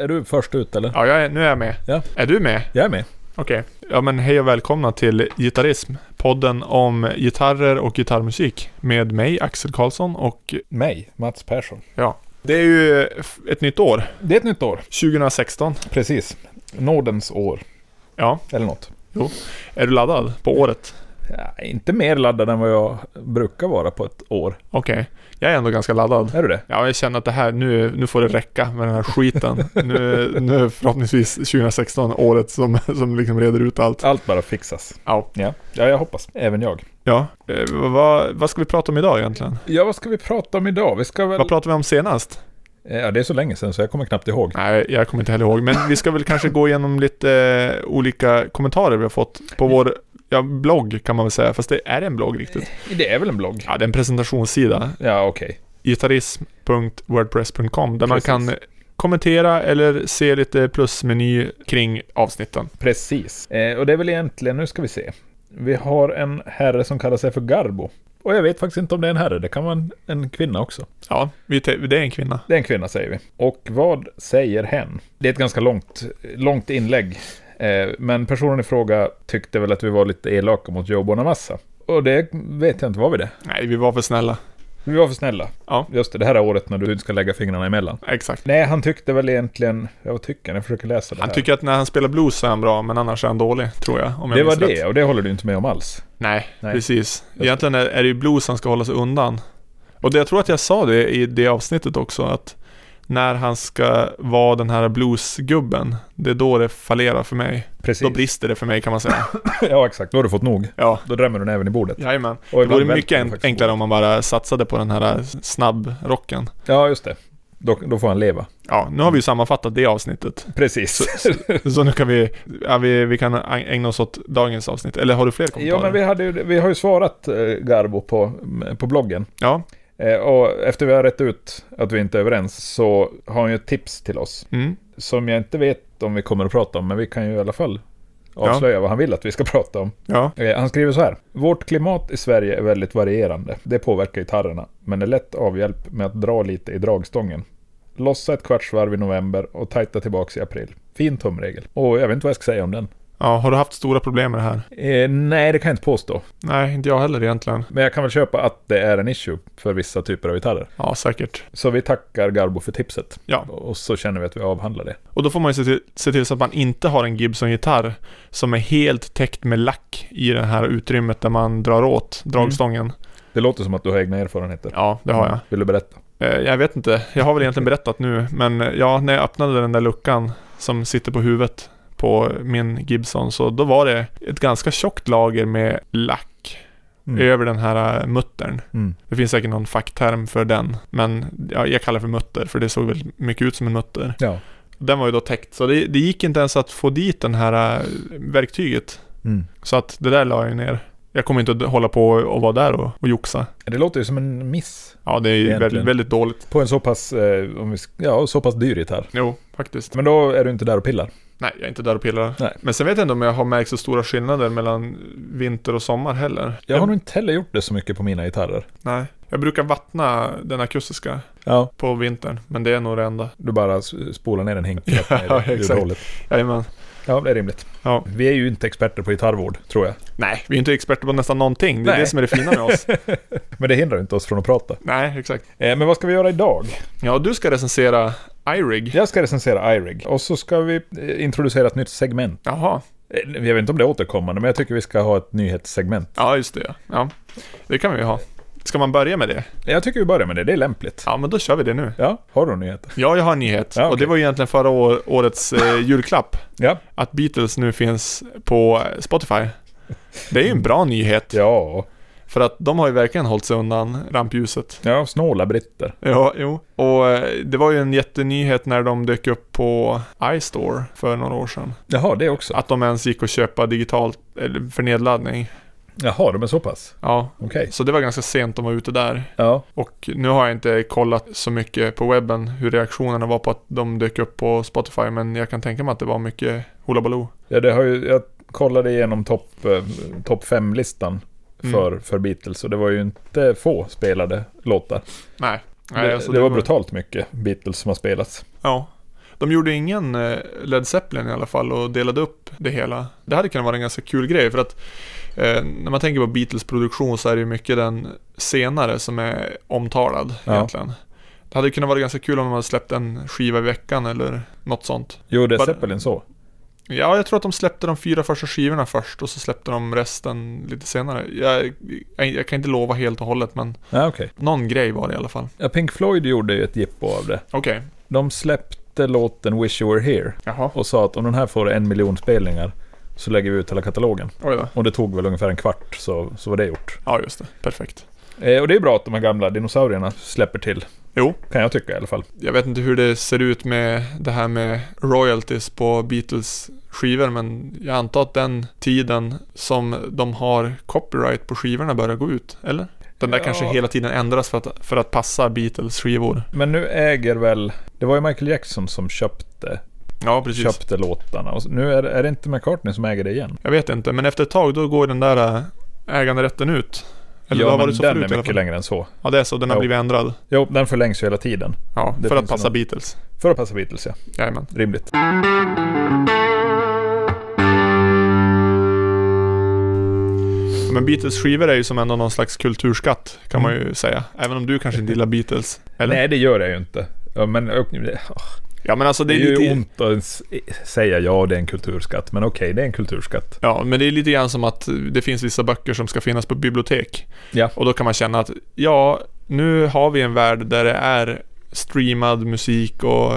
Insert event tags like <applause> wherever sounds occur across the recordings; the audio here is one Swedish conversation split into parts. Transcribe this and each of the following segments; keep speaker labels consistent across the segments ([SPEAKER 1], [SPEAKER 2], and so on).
[SPEAKER 1] Är du först ut eller?
[SPEAKER 2] Ja, jag är, nu är jag med.
[SPEAKER 1] Ja.
[SPEAKER 2] Är du med?
[SPEAKER 1] Jag är med.
[SPEAKER 2] Okej. Ja, men hej och välkomna till Gitarrism. Podden om gitarrer och gitarrmusik. Med mig, Axel Karlsson och
[SPEAKER 1] Mig, Mats Persson.
[SPEAKER 2] ja. Det är ju ett nytt år.
[SPEAKER 1] Det är ett nytt år.
[SPEAKER 2] 2016.
[SPEAKER 1] Precis. Nordens år.
[SPEAKER 2] Ja.
[SPEAKER 1] Eller något.
[SPEAKER 2] Är du laddad på året?
[SPEAKER 1] Ja, inte mer laddad än vad jag brukar vara på ett år.
[SPEAKER 2] Okej. Jag är ändå ganska laddad.
[SPEAKER 1] Är du det?
[SPEAKER 2] Ja, jag känner att det här, nu, nu får det räcka med den här <laughs> skiten. nu, nu är förhoppningsvis 2016 året som, som liksom reder ut allt.
[SPEAKER 1] Allt bara fixas.
[SPEAKER 2] Ja.
[SPEAKER 1] Ja, ja jag hoppas. Även jag.
[SPEAKER 2] Ja. Eh, vad, vad ska vi prata om idag egentligen?
[SPEAKER 1] Ja, vad ska vi prata om idag? Vi ska väl...
[SPEAKER 2] Vad pratade vi om senast?
[SPEAKER 1] Ja, det är så länge sedan så jag kommer knappt ihåg.
[SPEAKER 2] Nej, jag kommer inte heller ihåg. Men vi ska väl kanske gå igenom lite eh, olika kommentarer vi har fått på vår ja, blogg kan man väl säga. Fast det är det en blogg riktigt.
[SPEAKER 1] Det är väl en blogg?
[SPEAKER 2] Ja, det är en presentationssida.
[SPEAKER 1] Ja, okej.
[SPEAKER 2] Gitarrism.wordpress.com där man
[SPEAKER 1] Precis.
[SPEAKER 2] kan kommentera eller se lite plusmeny kring avsnitten.
[SPEAKER 1] Precis. Eh, och det är väl egentligen, nu ska vi se. Vi har en herre som kallar sig för Garbo. Och jag vet faktiskt inte om det är en herre, det kan vara en, en kvinna också.
[SPEAKER 2] Ja, vi te- det är en kvinna.
[SPEAKER 1] Det är en kvinna säger vi. Och vad säger hen? Det är ett ganska långt, långt inlägg. Eh, men personen i fråga tyckte väl att vi var lite elaka mot Joe Bonamassa. Och det vet jag inte, var vi det?
[SPEAKER 2] Nej, vi var för snälla.
[SPEAKER 1] Vi var för snälla.
[SPEAKER 2] Ja.
[SPEAKER 1] Just det, det här är året när du ska lägga fingrarna emellan.
[SPEAKER 2] Exakt.
[SPEAKER 1] Nej, han tyckte väl egentligen... Ja, vad tycker han? Jag försöker läsa det
[SPEAKER 2] Han
[SPEAKER 1] här.
[SPEAKER 2] tycker att när han spelar blues så är han bra, men annars är han dålig, tror jag. Om jag
[SPEAKER 1] det var
[SPEAKER 2] minns rätt.
[SPEAKER 1] det, och det håller du inte med om alls.
[SPEAKER 2] Nej,
[SPEAKER 1] Nej.
[SPEAKER 2] precis. Egentligen är, är det ju blues han ska hålla sig undan. Och det, jag tror att jag sa det i det avsnittet också, att när han ska vara den här bluesgubben, det är då det fallerar för mig.
[SPEAKER 1] Precis.
[SPEAKER 2] Då brister det för mig kan man säga.
[SPEAKER 1] <laughs> ja, exakt. Då har du fått nog.
[SPEAKER 2] Ja,
[SPEAKER 1] Då drämmer du näven i bordet.
[SPEAKER 2] jajamän.
[SPEAKER 1] Och
[SPEAKER 2] Det
[SPEAKER 1] ibland
[SPEAKER 2] vore
[SPEAKER 1] välter
[SPEAKER 2] mycket
[SPEAKER 1] den
[SPEAKER 2] en-
[SPEAKER 1] faktiskt
[SPEAKER 2] enklare om man bara satsade på den här eh, snabbrocken.
[SPEAKER 1] bordet. Ja, just det. Då, då får han leva.
[SPEAKER 2] Ja, nu har vi ju sammanfattat
[SPEAKER 1] <laughs>
[SPEAKER 2] det avsnittet.
[SPEAKER 1] Precis.
[SPEAKER 2] Så nu kan vi, ja, vi, vi kan ägna oss åt dagens avsnitt. Eller har du fler kommentarer?
[SPEAKER 1] ja, men vi, hade ju, vi har ju svarat eh, Garbo på, på bloggen.
[SPEAKER 2] Ja,
[SPEAKER 1] Eh, Och efter vi har rätt ut att vi inte är överens så har han ju ett tips till oss.
[SPEAKER 2] mm.
[SPEAKER 1] Som jag inte vet om vi kommer att prata om, men vi kan ju i alla fall avslöja vad han vill att vi ska <laughs> prata om.
[SPEAKER 2] ja,
[SPEAKER 1] Eh, Han skriver så här. Vårt klimat i Sverige är väldigt varierande. Det påverkar gitarrerna, men är lätt avhjälp med att dra lite i dragstången. Lossa ett kvartsvarv i november och tajta tillbaka i april. Fin tumregel. Och jag vet inte vad jag ska säga om den.
[SPEAKER 2] ja. Har du haft stora problem med det här?
[SPEAKER 1] Eh, nej, det kan jag inte påstå.
[SPEAKER 2] Nej, inte jag heller egentligen.
[SPEAKER 1] Men jag kan väl köpa att det är en issue för vissa typer av gitarrer.
[SPEAKER 2] Ja, säkert.
[SPEAKER 1] Så vi tackar Garbo för tipset.
[SPEAKER 2] Ja,
[SPEAKER 1] Och så känner vi att vi avhandlar det.
[SPEAKER 2] och då får man ju se till, se till så att man inte har en Gibson-gitarr som är helt täckt med lack i det här utrymmet där man drar åt dragstången.
[SPEAKER 1] Det låter som att du har egna erfarenheter. Mm.
[SPEAKER 2] Ja, det har jag.
[SPEAKER 1] Vill du berätta?
[SPEAKER 2] Eh, jag vet inte, jag har väl egentligen berättat nu, men eh, ja, när jag öppnade den där luckan som sitter på huvudet på min Gibson, så då var det ett ganska tjockt lager med lack över den här eh, muttern.
[SPEAKER 1] Mm.
[SPEAKER 2] Det finns säkert någon fackterm för den, men ja, jag kallar det för mutter, för det såg väl mycket ut som en mutter.
[SPEAKER 1] Mm. Ja.
[SPEAKER 2] Den var ju då täckt, så det, det gick inte ens att få dit den här eh, verktyget.
[SPEAKER 1] Mm.
[SPEAKER 2] Så att det där la jag ner. Jag kommer inte att hålla på och vara där och, och joxa.
[SPEAKER 1] Det låter ju som en miss.
[SPEAKER 2] Ja, det är ju väldigt,
[SPEAKER 1] Egentligen.
[SPEAKER 2] väldigt dåligt.
[SPEAKER 1] På en så pass, eh, om vi, sk- ja, så pass dyr gitarr.
[SPEAKER 2] Jo, faktiskt.
[SPEAKER 1] Men då är du inte där och pillar.
[SPEAKER 2] Nej, jag är inte där och pillar.
[SPEAKER 1] Nej.
[SPEAKER 2] Men sen vet jag inte om jag har märkt så stora skillnader mellan vinter och sommar heller.
[SPEAKER 1] Jag har nog inte heller gjort det så mycket på mina gitarrer.
[SPEAKER 2] Nej. Jag brukar vattna den akustiska
[SPEAKER 1] Ja.
[SPEAKER 2] på vintern, men det är nog det enda.
[SPEAKER 1] Du bara s- spolar ner en hink.
[SPEAKER 2] Ja,
[SPEAKER 1] ner i
[SPEAKER 2] exakt.
[SPEAKER 1] ljudhålet.
[SPEAKER 2] Jajamän.
[SPEAKER 1] Ja, det är rimligt.
[SPEAKER 2] Ja.
[SPEAKER 1] Vi är ju inte experter på gitarrvård, tror jag.
[SPEAKER 2] Nej, vi är inte experter på nästan någonting. Det är
[SPEAKER 1] Nej.
[SPEAKER 2] det som är det fina
[SPEAKER 1] <laughs>
[SPEAKER 2] med oss.
[SPEAKER 1] Men det hindrar ju inte oss från att prata.
[SPEAKER 2] Nej, exakt.
[SPEAKER 1] Eh, men vad ska vi göra idag?
[SPEAKER 2] Ja, du ska recensera iRig.
[SPEAKER 1] Jag ska recensera iRig. Och så ska vi eh, introducera ett nytt segment.
[SPEAKER 2] Jaha.
[SPEAKER 1] Eh, Jag vet inte om det är återkommande, men jag tycker vi ska ha ett nyhetssegment.
[SPEAKER 2] Ja, just det. Ja, det kan vi ju ha. Ska man börja med det?
[SPEAKER 1] Jag tycker vi börjar med det, det är lämpligt.
[SPEAKER 2] Ja, men då kör vi det nu.
[SPEAKER 1] Ja, har du nyheter?
[SPEAKER 2] Ja, jag har en nyhet.
[SPEAKER 1] Ja,
[SPEAKER 2] Och det
[SPEAKER 1] okej.
[SPEAKER 2] var ju egentligen förra år, årets eh, julklapp.
[SPEAKER 1] Ja.
[SPEAKER 2] Att Beatles nu finns på Spotify. Det är ju en bra nyhet.
[SPEAKER 1] Ja,
[SPEAKER 2] För att de har ju verkligen hållit sig undan rampljuset.
[SPEAKER 1] ja snåla britter.
[SPEAKER 2] Ja, jo. Och eh, det var ju en jättenyhet när de dök upp på iStore för några år sedan.
[SPEAKER 1] Jaha, det också.
[SPEAKER 2] Att de ens gick att köpa digitalt, eller för nedladdning.
[SPEAKER 1] Jaha, de är så pass?
[SPEAKER 2] Ja.
[SPEAKER 1] Okej.
[SPEAKER 2] Så det var ganska sent de var ute där.
[SPEAKER 1] Ja.
[SPEAKER 2] Och nu har jag inte kollat så mycket på webben hur reaktionerna var på att de dök upp på Spotify men jag kan tänka mig att det var mycket hullabaloo.
[SPEAKER 1] ja, det har ju... Jag kollade igenom topp eh, top 5-listan
[SPEAKER 2] Mm.
[SPEAKER 1] för, för Beatles och det var ju inte få spelade låtar.
[SPEAKER 2] Nej. Nej
[SPEAKER 1] det,
[SPEAKER 2] alltså
[SPEAKER 1] det var brutalt mycket Beatles som har spelats.
[SPEAKER 2] Ja. De gjorde ingen eh, Led Zeppelin i alla fall och delade upp det hela. Det hade kunnat vara en ganska kul grej för att eh, när man tänker på Beatles produktion så är det ju mycket den senare som är omtalad
[SPEAKER 1] Ja.
[SPEAKER 2] egentligen. Det hade kunnat vara ganska kul om de hade släppt en skiva i veckan eller något sånt.
[SPEAKER 1] Gjorde
[SPEAKER 2] Bara-
[SPEAKER 1] Zeppelin så?
[SPEAKER 2] Ja, jag tror att de släppte de fyra första skivorna först och så släppte de resten lite senare. Jag, jag, jag kan inte lova helt och hållet men
[SPEAKER 1] Ja, okej.
[SPEAKER 2] någon grej var det i alla fall.
[SPEAKER 1] Ja, Pink Floyd gjorde ju ett jippo av det.
[SPEAKER 2] Okej.
[SPEAKER 1] De släppte låten Wish You Were Here
[SPEAKER 2] Jaha.
[SPEAKER 1] och sa att om den här får en miljon spelningar så lägger vi ut hela katalogen.
[SPEAKER 2] Oj då.
[SPEAKER 1] Och det tog väl ungefär en kvart så, så var det gjort.
[SPEAKER 2] Ja, just det. Perfekt.
[SPEAKER 1] Eh, och det är bra att de här gamla dinosaurierna släpper till.
[SPEAKER 2] Jo.
[SPEAKER 1] Kan jag tycka i alla fall.
[SPEAKER 2] Jag vet inte hur det ser ut med det här med royalties på Beatles skivor men jag antar att den tiden som de har copyright på skivorna börjar gå ut, eller? Den där
[SPEAKER 1] Ja.
[SPEAKER 2] kanske hela tiden ändras för att, för att passa Beatles skivor.
[SPEAKER 1] Men nu äger väl... Det var ju Michael Jackson som köpte,
[SPEAKER 2] Ja, precis.
[SPEAKER 1] köpte låtarna. Och nu är, är det inte McCartney som äger det igen.
[SPEAKER 2] Jag vet inte, men efter ett tag då går den där äh, äganderätten ut. Eller
[SPEAKER 1] ja,
[SPEAKER 2] det har
[SPEAKER 1] men
[SPEAKER 2] varit så
[SPEAKER 1] den
[SPEAKER 2] förut
[SPEAKER 1] är
[SPEAKER 2] i alla
[SPEAKER 1] mycket
[SPEAKER 2] fall.
[SPEAKER 1] längre än så.
[SPEAKER 2] Ja, det är så. Den har
[SPEAKER 1] Jo.
[SPEAKER 2] blivit ändrad.
[SPEAKER 1] Jo, den förlängs ju hela tiden.
[SPEAKER 2] Ja,
[SPEAKER 1] Det
[SPEAKER 2] för att
[SPEAKER 1] finns
[SPEAKER 2] passa
[SPEAKER 1] någon-
[SPEAKER 2] Beatles.
[SPEAKER 1] För att passa Beatles, ja.
[SPEAKER 2] Jajamän.
[SPEAKER 1] Rimligt.
[SPEAKER 2] Men Beatles skivor är ju som ändå någon slags kulturskatt kan man ju säga. Även om du kanske inte gillar Beatles. Eller?
[SPEAKER 1] Mm. Nej, det gör jag ju inte. Ja, men ö, det,
[SPEAKER 2] Ja men alltså det
[SPEAKER 1] det
[SPEAKER 2] är,
[SPEAKER 1] är ju
[SPEAKER 2] lite...
[SPEAKER 1] ont att ens säga ja, det är en kulturskatt. Men okej, det är en kulturskatt. <laughs>
[SPEAKER 2] Ja, men det är lite grann som att det finns vissa böcker som ska finnas på bibliotek.
[SPEAKER 1] Ja.
[SPEAKER 2] Och då kan man känna att, ja, nu har vi en värld där det är streamad musik och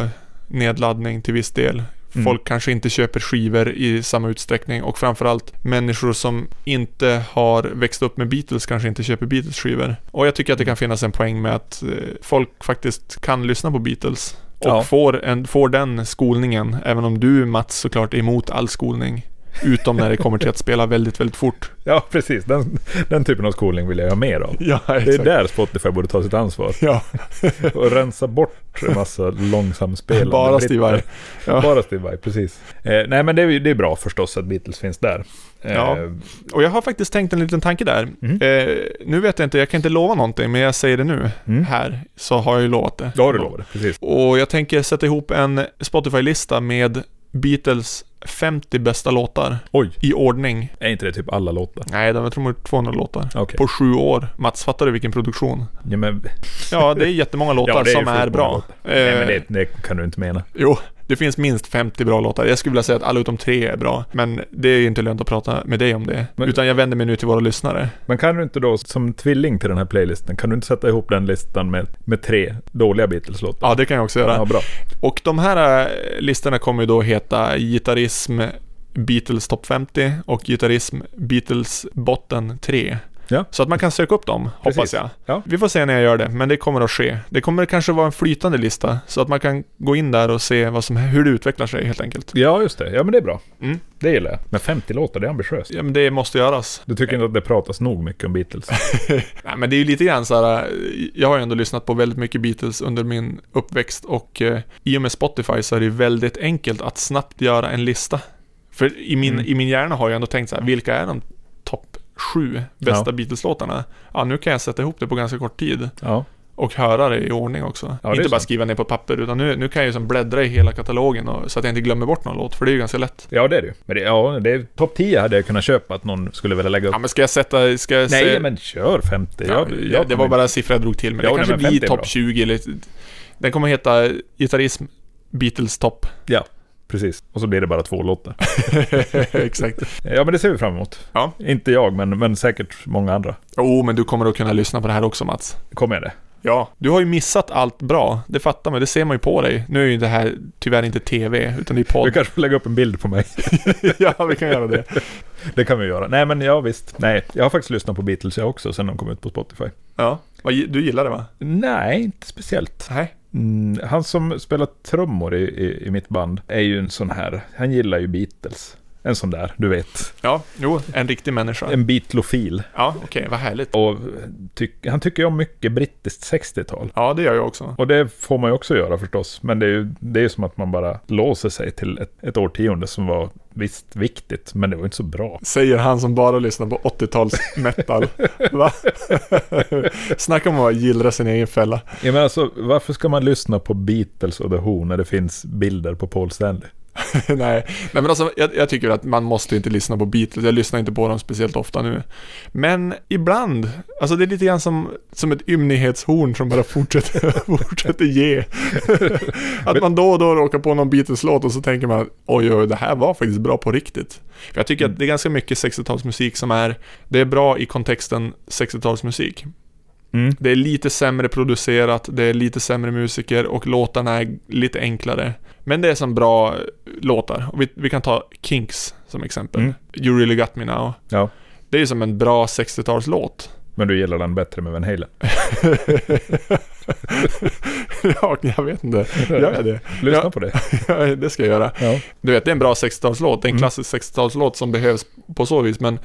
[SPEAKER 2] nedladdning till viss del.
[SPEAKER 1] Mm.
[SPEAKER 2] Folk kanske inte köper skivor i samma utsträckning och framförallt människor som inte har växt upp med Beatles kanske inte köper Beatles skivor. Och jag tycker att det kan finnas en poäng med att eh, folk faktiskt kan lyssna på Beatles. Och
[SPEAKER 1] Ja.
[SPEAKER 2] får, en, får den skolningen, även om du Mats såklart är emot all skolning. Utom när det kommer till att spela väldigt, väldigt fort.
[SPEAKER 1] Ja, precis. Den, den typen av skolning vill jag ha mer av.
[SPEAKER 2] <laughs> Ja,
[SPEAKER 1] Det är där Spotify borde ta sitt ansvar
[SPEAKER 2] <laughs> Ja,
[SPEAKER 1] <laughs> och rensa bort en massa långsamspelande
[SPEAKER 2] <laughs> bara
[SPEAKER 1] britter.
[SPEAKER 2] stivar. Ja.
[SPEAKER 1] Bara Steve Vai, precis. Eh, nej, men det är, ju- det är bra förstås att Beatles finns där. Eh,
[SPEAKER 2] Ja. Och jag har faktiskt tänkt en liten tanke där.
[SPEAKER 1] Mm.
[SPEAKER 2] Eh, nu vet jag inte, jag kan inte lova någonting, men jag säger det nu.
[SPEAKER 1] Mm.
[SPEAKER 2] Här, så har jag ju lovat det.
[SPEAKER 1] Då har du lovat, precis.
[SPEAKER 2] Och jag tänker sätta ihop en Spotify-lista med Beatles 50 bästa låtar
[SPEAKER 1] Oj,
[SPEAKER 2] i ordning.
[SPEAKER 1] är inte det typ alla låtar?
[SPEAKER 2] Nej, de är tror jag 200 låtar.
[SPEAKER 1] Okej.
[SPEAKER 2] På sju år. Mats, fattar du vilken produktion?
[SPEAKER 1] Ja, men,
[SPEAKER 2] Ja, det är jättemånga låtar
[SPEAKER 1] Ja, det är
[SPEAKER 2] som är
[SPEAKER 1] sjukt många
[SPEAKER 2] bra.
[SPEAKER 1] låtar.
[SPEAKER 2] Eh,
[SPEAKER 1] nej, men det, det kan du inte mena.
[SPEAKER 2] Jo, det finns minst 50 bra låtar. Jag skulle vilja säga att alla utom tre är bra, men det är ju inte lönt att prata med dig om det.
[SPEAKER 1] Men-
[SPEAKER 2] Utan jag vänder mig nu till våra lyssnare.
[SPEAKER 1] Men kan du inte då, som tvilling till den här playlisten, kan du inte sätta ihop den listan med, med tre dåliga Beatles-låtar?
[SPEAKER 2] Ja, det kan jag också göra.
[SPEAKER 1] Ja, bra.
[SPEAKER 2] Och de här eh, listorna kommer ju då heta Gitarrism Beatles Top 50 och Gitarrism Beatles Botten 3.
[SPEAKER 1] Ja.
[SPEAKER 2] Så att man kan söka upp dem,
[SPEAKER 1] Precis.
[SPEAKER 2] hoppas jag.
[SPEAKER 1] Ja.
[SPEAKER 2] Vi får se när jag gör det, men det kommer att ske. Det kommer kanske vara en flytande lista, så att man kan gå in där och se vad som, hur det utvecklar sig helt enkelt.
[SPEAKER 1] Ja, just det. Ja, men det är bra.
[SPEAKER 2] Mm.
[SPEAKER 1] Det gillar jag. Men 50 låtar, det är ambitiöst.
[SPEAKER 2] Ja, men det måste göras.
[SPEAKER 1] Du tycker inte att det pratas nog mycket om
[SPEAKER 2] <laughs>
[SPEAKER 1] Beatles?
[SPEAKER 2] Nej, men det är ju lite grann så här, eh, jag har ju ändå lyssnat på väldigt mycket Beatles under min uppväxt och eh, i och med Spotify så är det ju väldigt enkelt att snabbt göra en lista. För i min,
[SPEAKER 1] Mm.
[SPEAKER 2] i min hjärna har jag ändå tänkt så här, vilka är de topp sju bästa
[SPEAKER 1] Ja.
[SPEAKER 2] Beatles-låtarna? Ja, nu kan jag sätta ihop det på ganska kort tid
[SPEAKER 1] Ja.
[SPEAKER 2] och höra det i ordning också.
[SPEAKER 1] Ja, det är
[SPEAKER 2] inte bara
[SPEAKER 1] sant.
[SPEAKER 2] skriva ner på papper, utan nu, nu kan jag ju som bläddra i hela katalogen och, så att jag inte glömmer bort någon låt, för det är ju ganska lätt.
[SPEAKER 1] Ja, det är det ju. Men det, ja, det är topp 10 hade jag kunnat köpa att någon skulle vilja lägga upp.
[SPEAKER 2] Ja, men ska jag sätta, ska jag
[SPEAKER 1] Nej,
[SPEAKER 2] se-
[SPEAKER 1] men kör 50.
[SPEAKER 2] Ja,
[SPEAKER 1] jag, jag
[SPEAKER 2] det var bara en siffra jag drog till, men
[SPEAKER 1] Ja,
[SPEAKER 2] det kanske
[SPEAKER 1] nej, men
[SPEAKER 2] blir
[SPEAKER 1] 50 är
[SPEAKER 2] topp
[SPEAKER 1] bra.
[SPEAKER 2] 20 eller... Den kommer heta Gitarrism Beatles <laughs> Top.
[SPEAKER 1] Precis. Och så blir det bara två
[SPEAKER 2] <laughs>
[SPEAKER 1] låtar.
[SPEAKER 2] Exakt.
[SPEAKER 1] Ja, men det ser vi fram emot.
[SPEAKER 2] Ja.
[SPEAKER 1] Inte jag, men, men säkert många andra.
[SPEAKER 2] Jo, oh, men du kommer att kunna lyssna på det här också Mats.
[SPEAKER 1] Kommer jag det?
[SPEAKER 2] Ja. Du har ju missat allt bra, det fattar man, det ser man ju på dig. Nu är ju det här tyvärr inte TV, utan det är
[SPEAKER 1] Du
[SPEAKER 2] podd.
[SPEAKER 1] kanske får lägga upp en bild på mig.
[SPEAKER 2] ja, vi kan <laughs> göra det.
[SPEAKER 1] Det kan vi göra. Nej, men ja visst. Nej, jag har faktiskt lyssnat på Beatles jag också sen de kom ut på Spotify.
[SPEAKER 2] Ja. Vad gi- Du gillar det va?
[SPEAKER 1] Nej, inte speciellt.
[SPEAKER 2] Nej.
[SPEAKER 1] Mm, han som spelar trummor i, i, i mitt band är ju en sån här, han gillar ju Beatles. En sån där, du vet.
[SPEAKER 2] Ja, jo, en riktig människa.
[SPEAKER 1] En bitlofil.
[SPEAKER 2] Ja, okej, vad härligt.
[SPEAKER 1] Och tyck- han tycker ju om mycket brittiskt 60-tal.
[SPEAKER 2] Ja, det gör jag också.
[SPEAKER 1] Och det får man ju också göra förstås. Men det är ju det är ju som att man bara låser sig till ett, ett årtionde som var visst viktigt, men det var ju inte så bra.
[SPEAKER 2] Säger han som bara lyssnar på 80-tals metal. <laughs> Va? Snacka om att gillra sin egen fälla.
[SPEAKER 1] Jag menar alltså, varför ska man lyssna på Beatles och The Who när det finns bilder på Paul Stanley?
[SPEAKER 2] <laughs> nej. Nej, men alltså, jag, jag tycker att man måste inte lyssna på Beatles. Jag lyssnar inte på dem speciellt ofta nu. Men ibland, alltså det är lite grann som, som ett ymnighetshorn som bara fortsätter, <laughs> fortsätter ge. att man då och då råkar på någon Beatles-låt och så tänker man oj, oj, det här var faktiskt bra på riktigt. För jag tycker att det är ganska mycket 60-talsmusik som är, det är bra i kontexten 60-talsmusik.
[SPEAKER 1] Mm.
[SPEAKER 2] Det är lite sämre producerat, det är lite sämre musiker och låtarna är lite enklare. Men det är som bra eh, låtar. Och vi, vi kan ta Kinks som exempel.
[SPEAKER 1] Mm.
[SPEAKER 2] You really got me now.
[SPEAKER 1] Ja,
[SPEAKER 2] Det är ju som en bra 60-talslåt.
[SPEAKER 1] men du gillar den bättre med Van Halen.
[SPEAKER 2] <laughs> ja, jag vet inte. Gör jag det?
[SPEAKER 1] Lyssna
[SPEAKER 2] Ja.
[SPEAKER 1] på det.
[SPEAKER 2] <laughs> Ja, det ska jag göra.
[SPEAKER 1] Ja.
[SPEAKER 2] Du vet, det är en bra 60-talslåt. Det är en
[SPEAKER 1] Mm.
[SPEAKER 2] klassisk 60-talslåt som behövs på så vis. Men,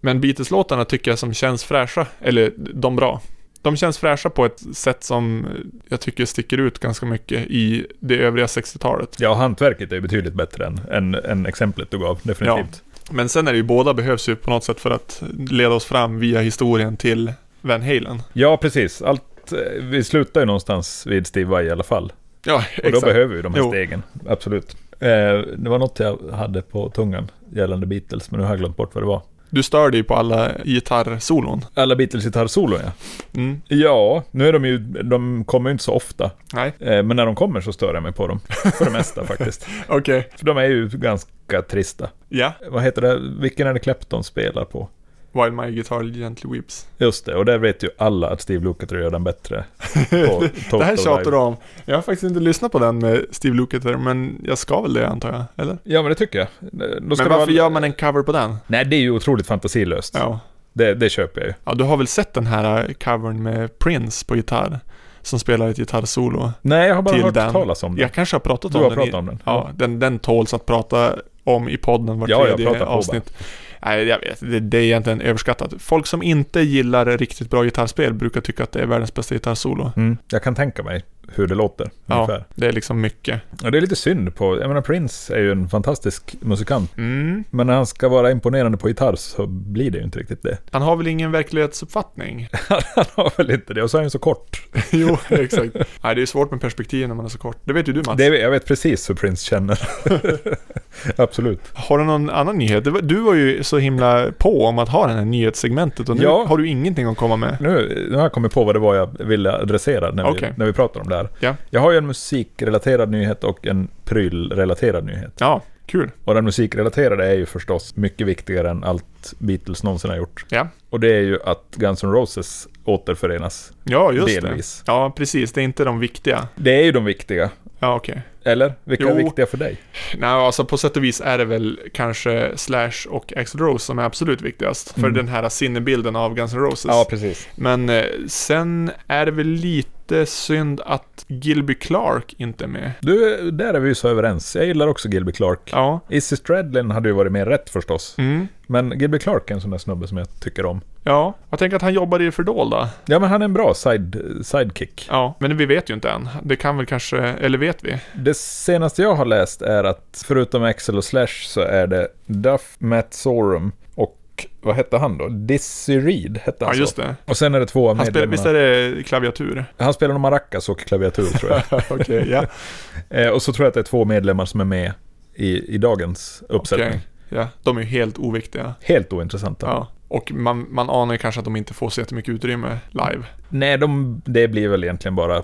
[SPEAKER 2] men Beatles-låtarna tycker jag som känns fräscha, eller de bra. De känns fräscha på ett sätt som jag tycker sticker ut ganska mycket i det övriga 60-talet.
[SPEAKER 1] ja, hantverket är ju betydligt bättre än, än, än exemplet du gav, definitivt.
[SPEAKER 2] Men sen är det ju båda behövs ju på något sätt för att leda oss fram via historien till Van Halen.
[SPEAKER 1] Ja, precis. Allt, eh, vi slutar ju någonstans vid Steve Vai i alla fall.
[SPEAKER 2] Ja,
[SPEAKER 1] Och då behöver vi de här
[SPEAKER 2] Jo.
[SPEAKER 1] stegen, absolut. Eh, det var något jag hade på tungan gällande Beatles, men nu har jag glömt bort vad det var.
[SPEAKER 2] Du stör dig på alla gitarrsolon.
[SPEAKER 1] Alla Beatles gitarrsolon ja.
[SPEAKER 2] Mm.
[SPEAKER 1] Ja, nu är de ju, de kommer ju inte så ofta.
[SPEAKER 2] Nej,
[SPEAKER 1] Eh, men när de kommer så stör jag mig på dem. <laughs> För det mesta faktiskt.
[SPEAKER 2] okej.
[SPEAKER 1] För de är ju ganska trista.
[SPEAKER 2] Ja,
[SPEAKER 1] Vad heter det, vilken är det Clapton spelar på?
[SPEAKER 2] While My Guitar Gently Weeps.
[SPEAKER 1] Just det, och där vet ju alla att Steve Lukather gör den bättre. På
[SPEAKER 2] <laughs> Det här tjatar du
[SPEAKER 1] Live.
[SPEAKER 2] om. Jag har faktiskt inte lyssnat på den med Steve Lukather, men jag ska väl det antar jag, eller?
[SPEAKER 1] Ja, men det tycker jag. Eh, Då ska det
[SPEAKER 2] Men varför
[SPEAKER 1] vara-
[SPEAKER 2] gör man en cover på den?
[SPEAKER 1] Nej, det är ju otroligt fantasilöst.
[SPEAKER 2] Ja.
[SPEAKER 1] Det, det köper jag ju.
[SPEAKER 2] ja, du har väl sett den här eh, covern med Prince på gitarr? Som spelar ett gitarrsolo.
[SPEAKER 1] Nej, jag har bara
[SPEAKER 2] Till
[SPEAKER 1] hört
[SPEAKER 2] den.
[SPEAKER 1] talas om det.
[SPEAKER 2] Jag kanske har pratat
[SPEAKER 1] Mm. Du
[SPEAKER 2] om
[SPEAKER 1] har
[SPEAKER 2] den i...
[SPEAKER 1] pratat om den.
[SPEAKER 2] Ja, den, den tåls att prata om i podden vart
[SPEAKER 1] Ja, jag pratar
[SPEAKER 2] tredje
[SPEAKER 1] på bara.
[SPEAKER 2] avsnitt. Nej, jag vet. Det, det är egentligen överskattat. Folk som inte gillar riktigt bra gitarrspel brukar tycka att det är världens bästa gitarrsolo.
[SPEAKER 1] Mm, jag kan tänka mig hur det låter.
[SPEAKER 2] Ja,
[SPEAKER 1] Ungefär.
[SPEAKER 2] det är liksom mycket.
[SPEAKER 1] Och det är lite synd på, jag menar Prince är ju en fantastisk musikant.
[SPEAKER 2] Mm.
[SPEAKER 1] Men när han ska vara imponerande på gitarr så blir det ju inte riktigt det.
[SPEAKER 2] Han har väl ingen verklighetsuppfattning?
[SPEAKER 1] Han har väl inte det, och så är han ju så kort.
[SPEAKER 2] <laughs> jo, exakt. Nej, det är svårt med perspektiv när man är så kort. Det vet ju du Mats.
[SPEAKER 1] Det, jag vet precis hur Prince
[SPEAKER 2] <laughs>
[SPEAKER 1] känner. Absolut.
[SPEAKER 2] Har du någon annan nyhet? Det var- Du var ju så himla på om att ha det här nyhetssegmentet och nu
[SPEAKER 1] Ja.
[SPEAKER 2] har du ingenting att komma med.
[SPEAKER 1] Nu, nu har jag kommit på vad det var jag ville adressera när,
[SPEAKER 2] Okej.
[SPEAKER 1] vi, när vi pratade om det här.
[SPEAKER 2] Ja.
[SPEAKER 1] Jag har ju en musikrelaterad nyhet och en prylrelaterad nyhet.
[SPEAKER 2] Ja, kul.
[SPEAKER 1] Och den musikrelaterade är ju förstås mycket viktigare än allt Beatles någonsin har gjort.
[SPEAKER 2] Ja,
[SPEAKER 1] Och det är ju att Guns N' Roses återförenas.
[SPEAKER 2] ja just
[SPEAKER 1] Delvis.
[SPEAKER 2] det. Ja, precis. Det är inte de viktiga.
[SPEAKER 1] Det är ju de viktiga.
[SPEAKER 2] Ja, okej.
[SPEAKER 1] Eller? Vilka är
[SPEAKER 2] Jo.
[SPEAKER 1] viktiga för dig?
[SPEAKER 2] Nej, alltså på sätt och vis är det väl kanske Slash och Axl Rose som är absolut viktigast.
[SPEAKER 1] Mm.
[SPEAKER 2] För den här sinnebilden av Guns N' Roses.
[SPEAKER 1] precis.
[SPEAKER 2] Men eh, sen är det väl lite synd att Gilby Clark inte är med.
[SPEAKER 1] Du, där är vi ju så överens. Jag gillar också Gilby Clark.
[SPEAKER 2] Ja.
[SPEAKER 1] Izzy Stradlin hade ju varit mer rätt förstås.
[SPEAKER 2] Mm.
[SPEAKER 1] Men Gilby Clark är en sån där snubbe som jag tycker om.
[SPEAKER 2] Ja, jag tänker att han jobbar i det fördolda.
[SPEAKER 1] Ja, men han är en bra side, sidekick.
[SPEAKER 2] Ja, men vi vet ju inte än. Det kan väl kanske, eller vet vi?
[SPEAKER 1] Det senaste jag har läst är att förutom Axel och Slash så är det Duff, Matt Sorum och vad hette han då? Dizzy Reed hette han
[SPEAKER 2] Ja, just
[SPEAKER 1] så.
[SPEAKER 2] det.
[SPEAKER 1] Och sen är det två av
[SPEAKER 2] Han spelar,
[SPEAKER 1] medlemmarna.
[SPEAKER 2] visst är det klaviatur?
[SPEAKER 1] Han spelar någon maracas och klaviatur tror jag.
[SPEAKER 2] <laughs> Okej, ja.
[SPEAKER 1] eh, och så tror jag att det är två medlemmar som är med i, i dagens uppsättning.
[SPEAKER 2] Okej. ja. De är ju helt oviktiga.
[SPEAKER 1] Helt ointressanta.
[SPEAKER 2] Ja. Och man, man anar ju kanske att de inte får så jättemycket utrymme live.
[SPEAKER 1] Nej, de, det blir väl egentligen bara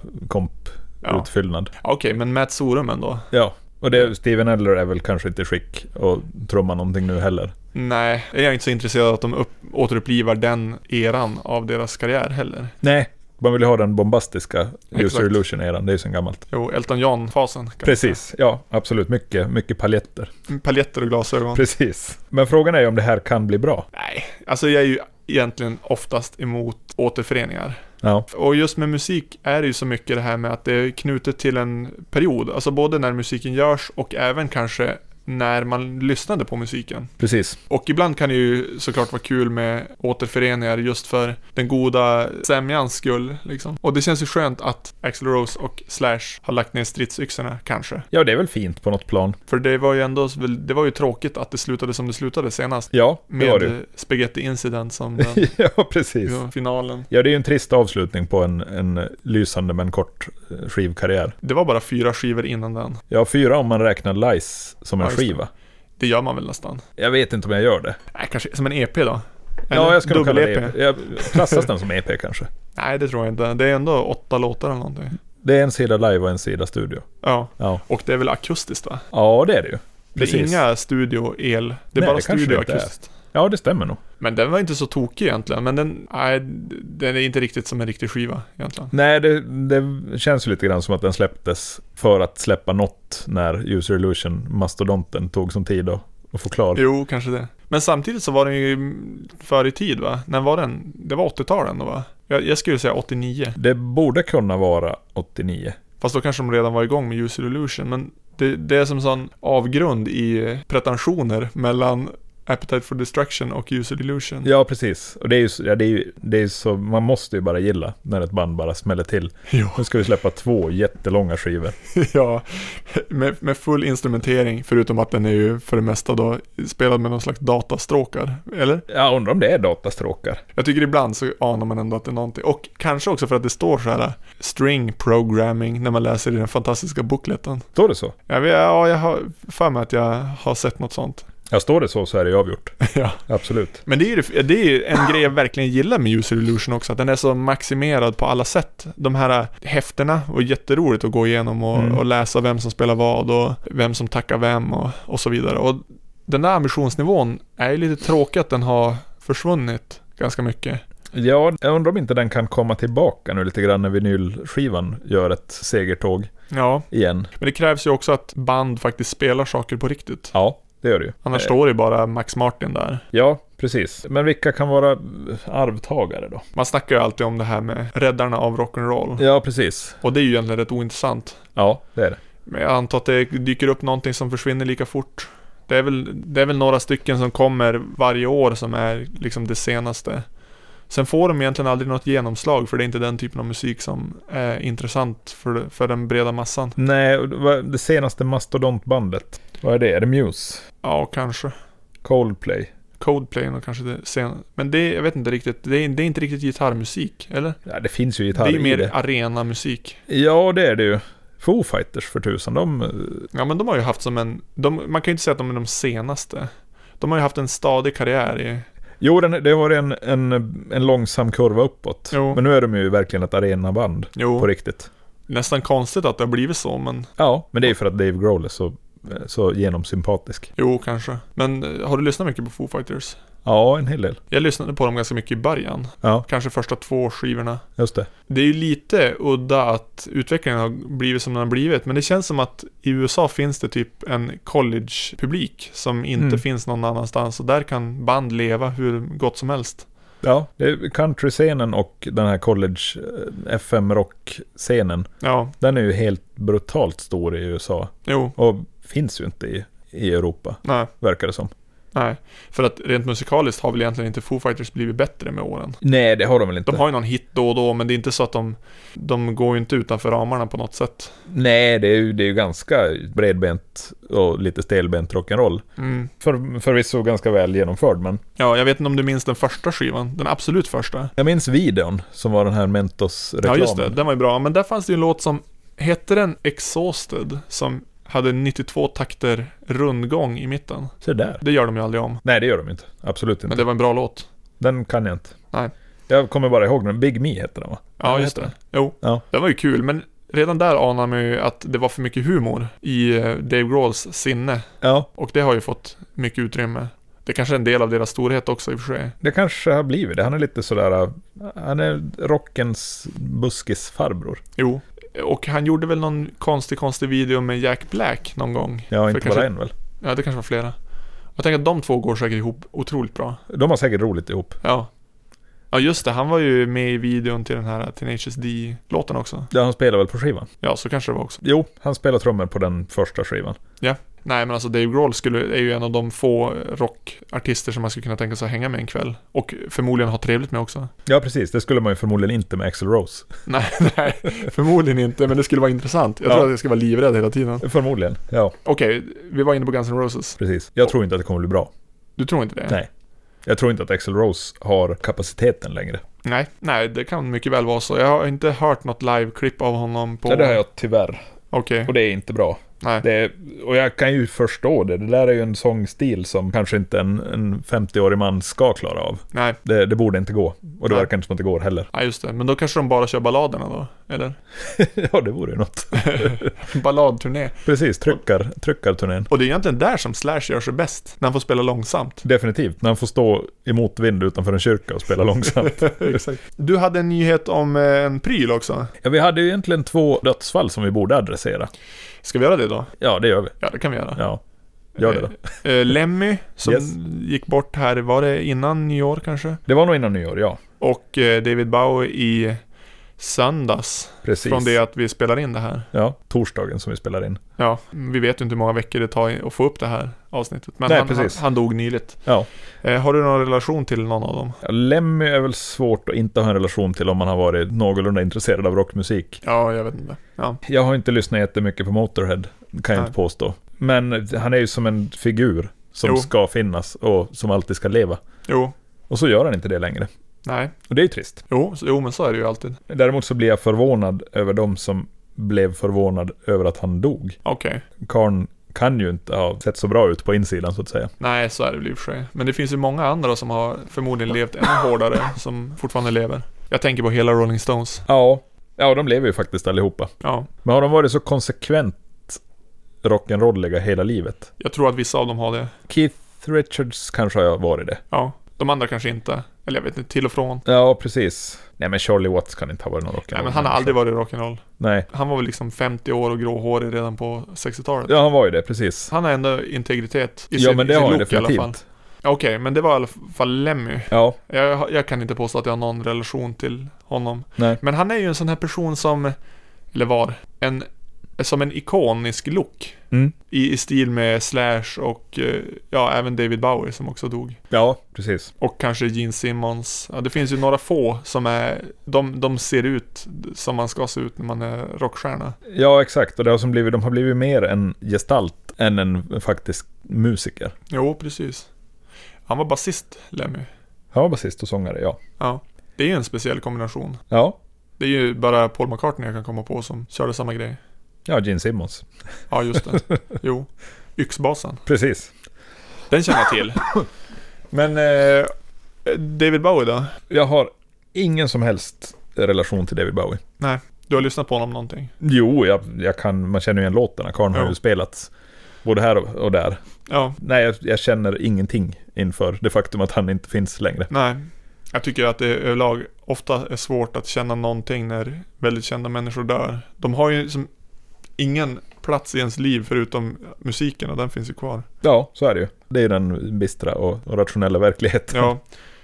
[SPEAKER 2] Ja.
[SPEAKER 1] komputfyllnad. Ja.
[SPEAKER 2] Ja, Okej, men Matt Sorum ändå?
[SPEAKER 1] Och det, Steven Eller är väl kanske inte i skick och trumma någonting nu heller.
[SPEAKER 2] Nej, jag är inte så intresserad av att de upp, återupplivar den eran av deras karriär heller.
[SPEAKER 1] Nej, man vill ju ha den bombastiska
[SPEAKER 2] Exakt.
[SPEAKER 1] User Illusion-eran, det är ju sen gammalt.
[SPEAKER 2] Jo, Elton John-fasen. kanske.
[SPEAKER 1] Precis, ja absolut. Mycket, mycket paljetter.
[SPEAKER 2] Paljetter och
[SPEAKER 1] <laughs>
[SPEAKER 2] glasögon.
[SPEAKER 1] Precis. Men frågan är ju om det här kan bli bra.
[SPEAKER 2] Nej, alltså jag är ju egentligen oftast emot återföreningar.
[SPEAKER 1] Ja.
[SPEAKER 2] Och just med musik är det ju så mycket det här med att det är knutet till en period. Alltså både när musiken görs och även kanske när man lyssnade på musiken.
[SPEAKER 1] Precis.
[SPEAKER 2] Och ibland kan det ju såklart vara kul med återföreningar just för den goda sämjans skull. Liksom. Och det känns ju skönt att Axl Rose och Slash har lagt ner stridsyxorna kanske.
[SPEAKER 1] Ja, det är väl fint på något plan.
[SPEAKER 2] För det var ju ändå, det var ju tråkigt att det slutade som det slutade senast.
[SPEAKER 1] Ja, det var det ju.
[SPEAKER 2] Med Spaghetti
[SPEAKER 1] <laughs>
[SPEAKER 2] Incident som den,
[SPEAKER 1] Ja, precis.
[SPEAKER 2] ja, finalen.
[SPEAKER 1] Ja, det är ju en trist avslutning på en, en lysande men kort eh, skivkarriär.
[SPEAKER 2] Det var bara fyra skivor innan den.
[SPEAKER 1] Ja, fyra om man räknar Lice som en
[SPEAKER 2] Ja, just det.
[SPEAKER 1] skiva.
[SPEAKER 2] Det gör man väl nästan.
[SPEAKER 1] Jag vet inte om jag gör det.
[SPEAKER 2] Nej, kanske som en EP då?
[SPEAKER 1] ja, jag skulle kalla det E
[SPEAKER 2] dubbel-EP.
[SPEAKER 1] EP. Jag, klassas den som EP kanske?
[SPEAKER 2] Nej, det tror jag inte. Det är ändå åtta låtar eller någonting.
[SPEAKER 1] Det är en sida live och en sida studio.
[SPEAKER 2] Ja.
[SPEAKER 1] Ja,
[SPEAKER 2] Och det är väl akustiskt va?
[SPEAKER 1] ja det är det ju.
[SPEAKER 2] Det är inga studio-el. Det är
[SPEAKER 1] Nej, det
[SPEAKER 2] bara
[SPEAKER 1] kanske
[SPEAKER 2] studio
[SPEAKER 1] det inte är.
[SPEAKER 2] akustiskt.
[SPEAKER 1] Ja, det stämmer nog.
[SPEAKER 2] Men den var inte så tokig egentligen. Men den, nej, den är inte riktigt som en riktig skiva egentligen.
[SPEAKER 1] Nej, det, det känns ju lite grann som att den släpptes för att släppa något när User Illusion, mastodonten, tog som tid att att få klar.
[SPEAKER 2] Jo, kanske det. Men samtidigt så var den ju mm, före i tid va? När var den? Det var 80-talen då va? Jag, jag skulle säga 89.
[SPEAKER 1] Det borde kunna vara 89.
[SPEAKER 2] Fast då kanske de redan var igång med User Illusion. Men det, det är som sån avgrund i pretensioner mellan Appetite for Destruction och User Illusion.
[SPEAKER 1] Ja, precis. Och det är ju, så- ja, det är ju, det är ju så, man måste ju bara gilla när ett band bara smäller till.
[SPEAKER 2] <laughs> Jo.
[SPEAKER 1] Nu ska vi släppa två jättelånga skivor.
[SPEAKER 2] Ja, med, med full instrumentering förutom att den är ju för det mesta då spelad med någon slags datastråkar, eller?
[SPEAKER 1] Jag undrar om det är datastråkar.
[SPEAKER 2] Jag tycker ibland så anar man ändå att det är någonting. Och kanske också för att det står så här äh, string programming när man läser i den fantastiska bookleten.
[SPEAKER 1] Står det så?
[SPEAKER 2] Jag vet, ja, jag har för mig att jag har sett något sånt.
[SPEAKER 1] Ja, står det så så är det ju avgjort.
[SPEAKER 2] <laughs> ja.
[SPEAKER 1] Absolut.
[SPEAKER 2] Men det är, ju, det- det är ju en grej jag verkligen gillar med User Illusion också, att den är så maximerad på alla sätt. De här häftena var jätteroligt att gå igenom och,
[SPEAKER 1] Mm.
[SPEAKER 2] och läsa vem som spelar vad och vem som tackar vem och, och så vidare. Och den där ambitionsnivån är ju lite tråkig att den har försvunnit ganska mycket.
[SPEAKER 1] Ja, jag undrar om inte den kan komma tillbaka nu lite grann när vinylskivan gör ett segertåg
[SPEAKER 2] Ja,
[SPEAKER 1] igen.
[SPEAKER 2] men det krävs ju också att band faktiskt spelar saker på riktigt.
[SPEAKER 1] Ja, det gör det ju.
[SPEAKER 2] Annars
[SPEAKER 1] Eh,
[SPEAKER 2] står det ju bara Max Martin där.
[SPEAKER 1] Ja, precis. Men vilka kan vara arvtagare då?
[SPEAKER 2] Man snackar ju alltid om det här med räddarna av rock'n'roll.
[SPEAKER 1] Ja, precis.
[SPEAKER 2] Och det är ju egentligen rätt ointressant.
[SPEAKER 1] Ja, det är det.
[SPEAKER 2] Men jag antar att det dyker upp någonting som försvinner lika fort. Det är väl, det är väl några stycken som kommer varje år som är liksom det senaste. Sen får de egentligen aldrig något genomslag för det är inte den typen av musik som är intressant för, för den breda massan.
[SPEAKER 1] Nej, och det var det senaste mastodontbandet. Vad är det? Är det Muse?
[SPEAKER 2] Ja, kanske.
[SPEAKER 1] Coldplay?
[SPEAKER 2] Coldplay och kanske det sen. Men det, jag vet inte riktigt. Det är, det är inte riktigt gitarrmusik, eller?
[SPEAKER 1] Ja, det finns ju
[SPEAKER 2] Det är
[SPEAKER 1] gitarr
[SPEAKER 2] ju
[SPEAKER 1] i
[SPEAKER 2] mer
[SPEAKER 1] det.
[SPEAKER 2] arenamusik.
[SPEAKER 1] Ja, det är det ju. Foo Fighters för tusan, de... eh,
[SPEAKER 2] Ja, men de har ju haft som en... De, man kan ju inte säga att de är de senaste. De har ju haft en stadig karriär i...
[SPEAKER 1] Jo, den, det var en, en, en långsam kurva uppåt.
[SPEAKER 2] Jo.
[SPEAKER 1] Men nu är de ju verkligen ett arenaband
[SPEAKER 2] Jo.
[SPEAKER 1] på riktigt.
[SPEAKER 2] Nästan konstigt att det har blivit så, men
[SPEAKER 1] Ja, men det är ju för att Dave Grohl är så, så genomsympatisk.
[SPEAKER 2] jo, kanske. Men eh, har du lyssnat mycket på Foo Fighters?
[SPEAKER 1] Ja, en hel del.
[SPEAKER 2] Jag lyssnade på dem ganska mycket i början.
[SPEAKER 1] Ja,
[SPEAKER 2] Kanske första två skivorna.
[SPEAKER 1] just det.
[SPEAKER 2] Det är ju lite udda att utvecklingen har blivit som den har blivit, men det känns som att i USA finns det typ en college-publik som inte
[SPEAKER 1] Mm.
[SPEAKER 2] finns någon annanstans och där kan band leva hur gott som helst.
[SPEAKER 1] Ja, det är countryscenen och den här college eh, FM-rock-scenen.
[SPEAKER 2] Ja,
[SPEAKER 1] Den är ju helt brutalt stor i USA
[SPEAKER 2] jo,
[SPEAKER 1] och finns ju inte i, i Europa,
[SPEAKER 2] nej,
[SPEAKER 1] verkar det som.
[SPEAKER 2] nej. För att rent musikaliskt har väl egentligen inte Foo Fighters blivit bättre med åren.
[SPEAKER 1] Nej, det har de väl inte.
[SPEAKER 2] De har ju någon hit då och då, men det är inte så att de, de går ju inte utanför ramarna på något sätt.
[SPEAKER 1] Nej, det är, ju, det är ju ganska bredbent och lite stelbent rock'n'roll.
[SPEAKER 2] Mm.
[SPEAKER 1] För, förvisso ganska väl genomförd, men
[SPEAKER 2] Ja, jag vet inte om du minns den första skivan, den absolut första.
[SPEAKER 1] jag minns videon som var den här Mentos-reklamen.
[SPEAKER 2] Ja, just det, den var ju bra. Men där fanns det ju en låt som, hette den Exhausted? Som hade 92 takter rundgång i mitten.
[SPEAKER 1] Så där.
[SPEAKER 2] Det gör de ju aldrig om.
[SPEAKER 1] Nej, det gör de inte. Absolut inte.
[SPEAKER 2] Men det var en bra låt.
[SPEAKER 1] Den kan jag inte.
[SPEAKER 2] Nej.
[SPEAKER 1] Jag kommer bara ihåg den. Big Me heter den va?
[SPEAKER 2] Ja,
[SPEAKER 1] Eller
[SPEAKER 2] just
[SPEAKER 1] heter
[SPEAKER 2] det. Jo,
[SPEAKER 1] Ja.
[SPEAKER 2] den var ju kul, men redan där anar man ju att det var för mycket humor i eh, Dave Grohls sinne.
[SPEAKER 1] den? Ja,
[SPEAKER 2] Och det har ju fått mycket utrymme. Det kanske är en del av deras storhet också i och för sig.
[SPEAKER 1] det kanske har blivit det. Han är lite sådär... äh, Han är rockens buskisfarbror.
[SPEAKER 2] Jo. Och han gjorde väl någon konstig, konstig video med Jack Black någon gång.
[SPEAKER 1] Ja, inte
[SPEAKER 2] kanske-
[SPEAKER 1] bara en väl?
[SPEAKER 2] Ja, det kanske var flera. Jag tänker att de två går säkert ihop otroligt bra.
[SPEAKER 1] De har säkert roligt ihop.
[SPEAKER 2] Ja. Ja, just det. Han var ju med i videon till den här Tenacious D-låten också.
[SPEAKER 1] Ja, han spelar väl på skivan?
[SPEAKER 2] Ja, så kanske det var också.
[SPEAKER 1] Jo, han spelar trummor på den första skivan.
[SPEAKER 2] Ja. Nej men alltså Dave Grohl skulle, är ju en av de få rockartister som man skulle kunna tänka sig att hänga med en kväll. Och förmodligen ha trevligt med också. <laughs>
[SPEAKER 1] Ja, precis. Det skulle man ju förmodligen inte med Axl Rose.
[SPEAKER 2] Nej, <laughs> nej, förmodligen inte, men det skulle vara intressant. Jag
[SPEAKER 1] Ja.
[SPEAKER 2] tror att jag ska vara livrädd hela tiden.
[SPEAKER 1] Förmodligen. Ja,
[SPEAKER 2] Okej, vi var inne på Guns N' Roses.
[SPEAKER 1] precis. Jag tror inte att det kommer bli bra.
[SPEAKER 2] Du tror inte det?
[SPEAKER 1] Nej. Jag tror inte att Axl Rose har kapaciteten längre.
[SPEAKER 2] Nej, nej, det kan mycket väl vara så. Jag har inte hört något live-klipp av honom på...
[SPEAKER 1] Ja, det har jag tyvärr.
[SPEAKER 2] Okej,
[SPEAKER 1] Och det är inte bra.
[SPEAKER 2] nej.
[SPEAKER 1] Det är, och jag kan ju förstå det. Det där är ju en sångstil som kanske inte en, en 50-årig man ska klara av.
[SPEAKER 2] Nej,
[SPEAKER 1] Det, det borde inte gå. Och det
[SPEAKER 2] Nej.
[SPEAKER 1] verkar inte som att det går heller. <laughs>
[SPEAKER 2] ja, just det. Men då kanske de bara kör balladerna då? Eller?
[SPEAKER 1] ja, det vore ju något.
[SPEAKER 2] <laughs> Balladturné.
[SPEAKER 1] Precis, tryckar, tryckarturnén.
[SPEAKER 2] Och det är egentligen där som Slash gör sig bäst. När han får spela långsamt.
[SPEAKER 1] Definitivt, när han får stå i motvind utanför en kyrka och
[SPEAKER 2] <laughs>
[SPEAKER 1] spela långsamt.
[SPEAKER 2] Exakt. Du hade en nyhet om eh, en pryl också.
[SPEAKER 1] ja, vi hade ju egentligen två dödsfall som vi borde adressera.
[SPEAKER 2] Ska vi göra det då?
[SPEAKER 1] Ja, det gör vi.
[SPEAKER 2] Ja, det kan vi göra.
[SPEAKER 1] Ja, gör det då.
[SPEAKER 2] Eh, <laughs> eh, Lemmy, som
[SPEAKER 1] Yes.
[SPEAKER 2] gick bort här, var det innan nyår kanske?
[SPEAKER 1] Det var nog innan nyår, ja.
[SPEAKER 2] Och eh, David Bowie i söndags.
[SPEAKER 1] Precis.
[SPEAKER 2] Från det att vi spelar in det här.
[SPEAKER 1] Ja, torsdagen som vi spelar in.
[SPEAKER 2] Ja, vi vet ju inte hur många veckor det tar att få upp det här avsnittet. Men
[SPEAKER 1] Nej,
[SPEAKER 2] han, han,
[SPEAKER 1] precis.
[SPEAKER 2] han dog nyligt.
[SPEAKER 1] Ja.
[SPEAKER 2] Eh, har du någon relation till någon av dem?
[SPEAKER 1] Ja, Lemmy är väl svårt att inte ha en relation till om man har varit någorlunda intresserad av rockmusik.
[SPEAKER 2] Ja, jag vet inte. Ja,
[SPEAKER 1] Jag har inte lyssnat jättemycket på Motorhead, kan jag
[SPEAKER 2] Nej.
[SPEAKER 1] inte påstå. Men han är ju som en figur som
[SPEAKER 2] Jo.
[SPEAKER 1] ska finnas och som alltid ska leva.
[SPEAKER 2] jo,
[SPEAKER 1] Och så gör han inte det längre.
[SPEAKER 2] nej,
[SPEAKER 1] Och det är ju trist.
[SPEAKER 2] jo, så- jo men så är det ju alltid.
[SPEAKER 1] Däremot så blir jag förvånad över de som blev förvånad över att han dog.
[SPEAKER 2] Okej,
[SPEAKER 1] Karn kan ju inte ha sett så bra ut på insidan så att säga.
[SPEAKER 2] nej så är det väl i och för sig. Men det finns ju många andra som har förmodligen levt ännu hårdare, som fortfarande lever. Jag tänker på hela Rolling Stones.
[SPEAKER 1] Ja, ja de lever ju faktiskt allihopa.
[SPEAKER 2] Ja,
[SPEAKER 1] Men har de varit så konsekvent rock'n'rolliga hela livet?
[SPEAKER 2] jag tror att vissa av dem har det.
[SPEAKER 1] Keith Richards kanske har varit det.
[SPEAKER 2] Ja, de andra kanske inte. Eller jag vet inte, till och från.
[SPEAKER 1] Ja, precis. Nej, men Charlie Watts kan inte ha varit någon rock'n'roll.
[SPEAKER 2] Nej, men han har aldrig varit rock'n'roll.
[SPEAKER 1] Nej,
[SPEAKER 2] Han var väl liksom 50 år och gråhårig redan på 60-talet.
[SPEAKER 1] ja, han var ju det, precis.
[SPEAKER 2] Han har ändå integritet i
[SPEAKER 1] ja,
[SPEAKER 2] sin,
[SPEAKER 1] men det
[SPEAKER 2] i sin
[SPEAKER 1] har han
[SPEAKER 2] look i alla fall.
[SPEAKER 1] definitivt.
[SPEAKER 2] Ja, Okej, men det var i alla fall Lemmy.
[SPEAKER 1] Ja,
[SPEAKER 2] Jag, jag kan inte påstå att jag har någon relation till honom.
[SPEAKER 1] nej.
[SPEAKER 2] Men han är ju en sån här person som, eller var, en, som en ikonisk look.
[SPEAKER 1] Mm.
[SPEAKER 2] I, I stil med Slash och, eh, ja, även David Bowie som också dog.
[SPEAKER 1] Ja, precis.
[SPEAKER 2] Och kanske Gene Simmons. Ja, det finns ju några få som är, de, de ser ut som man ska se ut när man är rockstjärna.
[SPEAKER 1] Ja, exakt. Och det har som blivit, de har blivit mer en gestalt än en faktisk musiker.
[SPEAKER 2] Jo, precis. Han var basist, Lemmy.
[SPEAKER 1] Han var basist och sångare, ja.
[SPEAKER 2] Ja, det är ju en speciell kombination.
[SPEAKER 1] Ja,
[SPEAKER 2] Det är ju bara Paul McCartney jag kan komma på som körde samma grej.
[SPEAKER 1] ja Gene Simmons.
[SPEAKER 2] Ja, just det. Jo. Yxbasen.
[SPEAKER 1] Precis.
[SPEAKER 2] Den känner jag till. <coughs> Men eh, David Bowie då?
[SPEAKER 1] Jag har ingen som helst relation till David Bowie.
[SPEAKER 2] Du har lyssnat på honom någonting?
[SPEAKER 1] Jo, jag, jag kan, man känner ju igen låtarna. Karn har
[SPEAKER 2] Jo.
[SPEAKER 1] ju spelats både här och, och där.
[SPEAKER 2] Ja,
[SPEAKER 1] Nej, jag, jag känner ingenting inför det faktum att han inte finns längre.
[SPEAKER 2] nej. Jag tycker att det överlag ofta är svårt att känna någonting när väldigt kända människor dör. De har ju som ingen plats i ens liv förutom musiken och den finns ju <laughs> kvar.
[SPEAKER 1] Ja, så är det ju. Det är ju den bistra och, och rationella verkligheten.
[SPEAKER 2] Ja.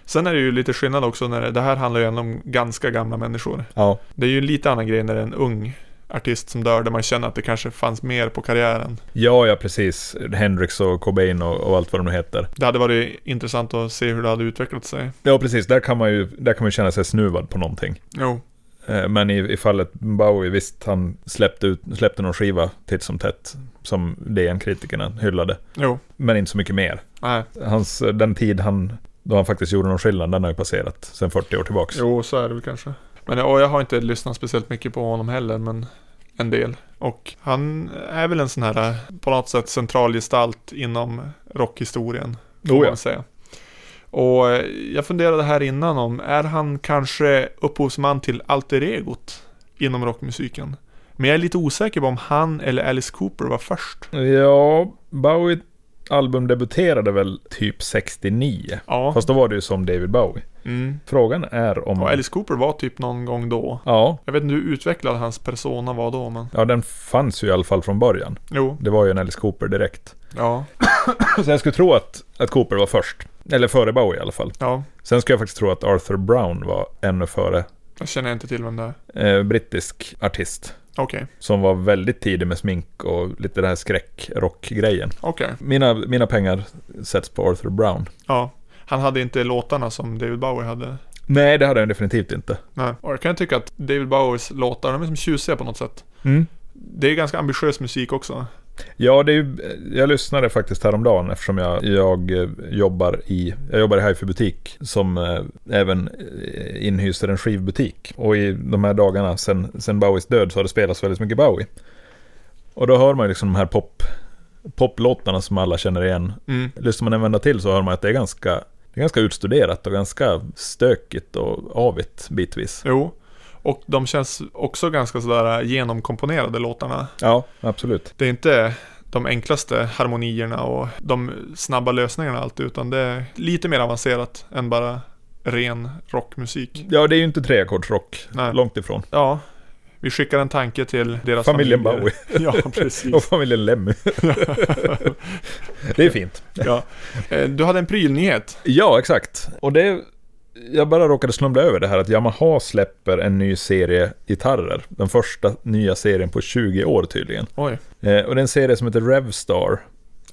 [SPEAKER 2] Sen är det ju lite skillnad också när det, det här handlar ju ändå om ganska gamla människor.
[SPEAKER 1] <laughs> ja.
[SPEAKER 2] Det är ju en lite annan grej när det är en ung artist som dör där man känner att det kanske fanns mer på karriären.
[SPEAKER 1] Ja, ja, precis. Hendrix och Cobain och, och allt vad de nu heter.
[SPEAKER 2] Det hade varit intressant att se hur det hade utvecklat sig.
[SPEAKER 1] Ja, precis. Där kan man ju, där kan man ju känna sig snuvad på någonting.
[SPEAKER 2] Jo,
[SPEAKER 1] Eh, Men i, i fallet Bowie, visst, han släppte, ut, släppte någon skiva titt som tätt som DN-kritikerna hyllade.
[SPEAKER 2] jo,
[SPEAKER 1] Men inte så mycket mer.
[SPEAKER 2] nej.
[SPEAKER 1] Hans, den tid han, då han faktiskt gjorde någon skillnad, den har ju passerat sedan 40 år tillbaka.
[SPEAKER 2] Jo, så är det väl kanske. Men och jag har inte lyssnat speciellt mycket på honom heller, men en del. Och han är väl en sån här, på något sätt, central gestalt inom rockhistorien. Får
[SPEAKER 1] Oh
[SPEAKER 2] man
[SPEAKER 1] ja.
[SPEAKER 2] väl säga. Och eh, jag funderade här innan om, är han kanske upphovsman till alter egot inom rockmusiken? Men jag är lite osäker på om han eller Alice Cooper var först.
[SPEAKER 1] Ja, Bowie album debuterade väl typ 69.
[SPEAKER 2] Ja.
[SPEAKER 1] Fast då var det ju som David Bowie.
[SPEAKER 2] Mm.
[SPEAKER 1] Frågan är om...
[SPEAKER 2] Och Alice Cooper var typ någon gång då.
[SPEAKER 1] Ja,
[SPEAKER 2] Jag vet inte hur utvecklad hans persona var då, men
[SPEAKER 1] ja, den fanns ju i alla fall från början.
[SPEAKER 2] jo,
[SPEAKER 1] Det var ju en Alice Cooper direkt.
[SPEAKER 2] ja,
[SPEAKER 1] Så jag skulle tro att, att Cooper var först. Eller före Bowie i alla fall.
[SPEAKER 2] ja.
[SPEAKER 1] Sen skulle jag faktiskt tro att Arthur Brown var ännu före
[SPEAKER 2] Jag känner inte till vem det är.
[SPEAKER 1] eh, brittisk artist.
[SPEAKER 2] Okej,
[SPEAKER 1] Som var väldigt tidig med smink och lite den här skräckrockgrejen.
[SPEAKER 2] okej.
[SPEAKER 1] Mina, mina pengar sätts på Arthur Brown.
[SPEAKER 2] Ja. Han hade inte låtarna som David Bowie hade.
[SPEAKER 1] Nej, det hade jag definitivt inte.
[SPEAKER 2] Nej. Och jag kan tycka att David Bowies låtar, de är som tjusiga på något sätt. Det är ganska ambitiös musik också.
[SPEAKER 1] Ja, det är ju, jag lyssnade faktiskt häromdagen eftersom jag, jag eh, jobbar i jag jobbar i Hi-Fi butik som eh, även eh, inhyser en skivbutik. Och i de här dagarna sen, sen Bowies död så har det spelats väldigt mycket Bowie. Och då hör man ju liksom de här pop, poplåtarna som alla känner igen.
[SPEAKER 2] Mm.
[SPEAKER 1] Lyssnar man en vända till så hör man att det är ganska, det är ganska utstuderat och ganska stökigt och avigt bitvis.
[SPEAKER 2] Jo. Och de känns också ganska sådär genomkomponerade låtarna.
[SPEAKER 1] Ja, absolut.
[SPEAKER 2] Det är inte de enklaste harmonierna och de snabba lösningarna alltid utan det är lite mer avancerat än bara ren rockmusik.
[SPEAKER 1] Ja, det är ju inte treackordsrock.
[SPEAKER 2] Nej.
[SPEAKER 1] Långt ifrån.
[SPEAKER 2] Ja, vi skickar en tanke till deras
[SPEAKER 1] Familjen
[SPEAKER 2] familjer.
[SPEAKER 1] Bowie.
[SPEAKER 2] <laughs> Ja,
[SPEAKER 1] Och
[SPEAKER 2] precis.
[SPEAKER 1] familjen Lemmy. det är fint.
[SPEAKER 2] <laughs> ja. Eh, Du hade en prylnyhet.
[SPEAKER 1] Ja, exakt. Och det... Jag bara råkade slumra över det här att Yamaha släpper en ny serie gitarrer. Den första nya serien på 20 år tydligen.
[SPEAKER 2] Oj.
[SPEAKER 1] Eh, och det är en serie som heter Revstar.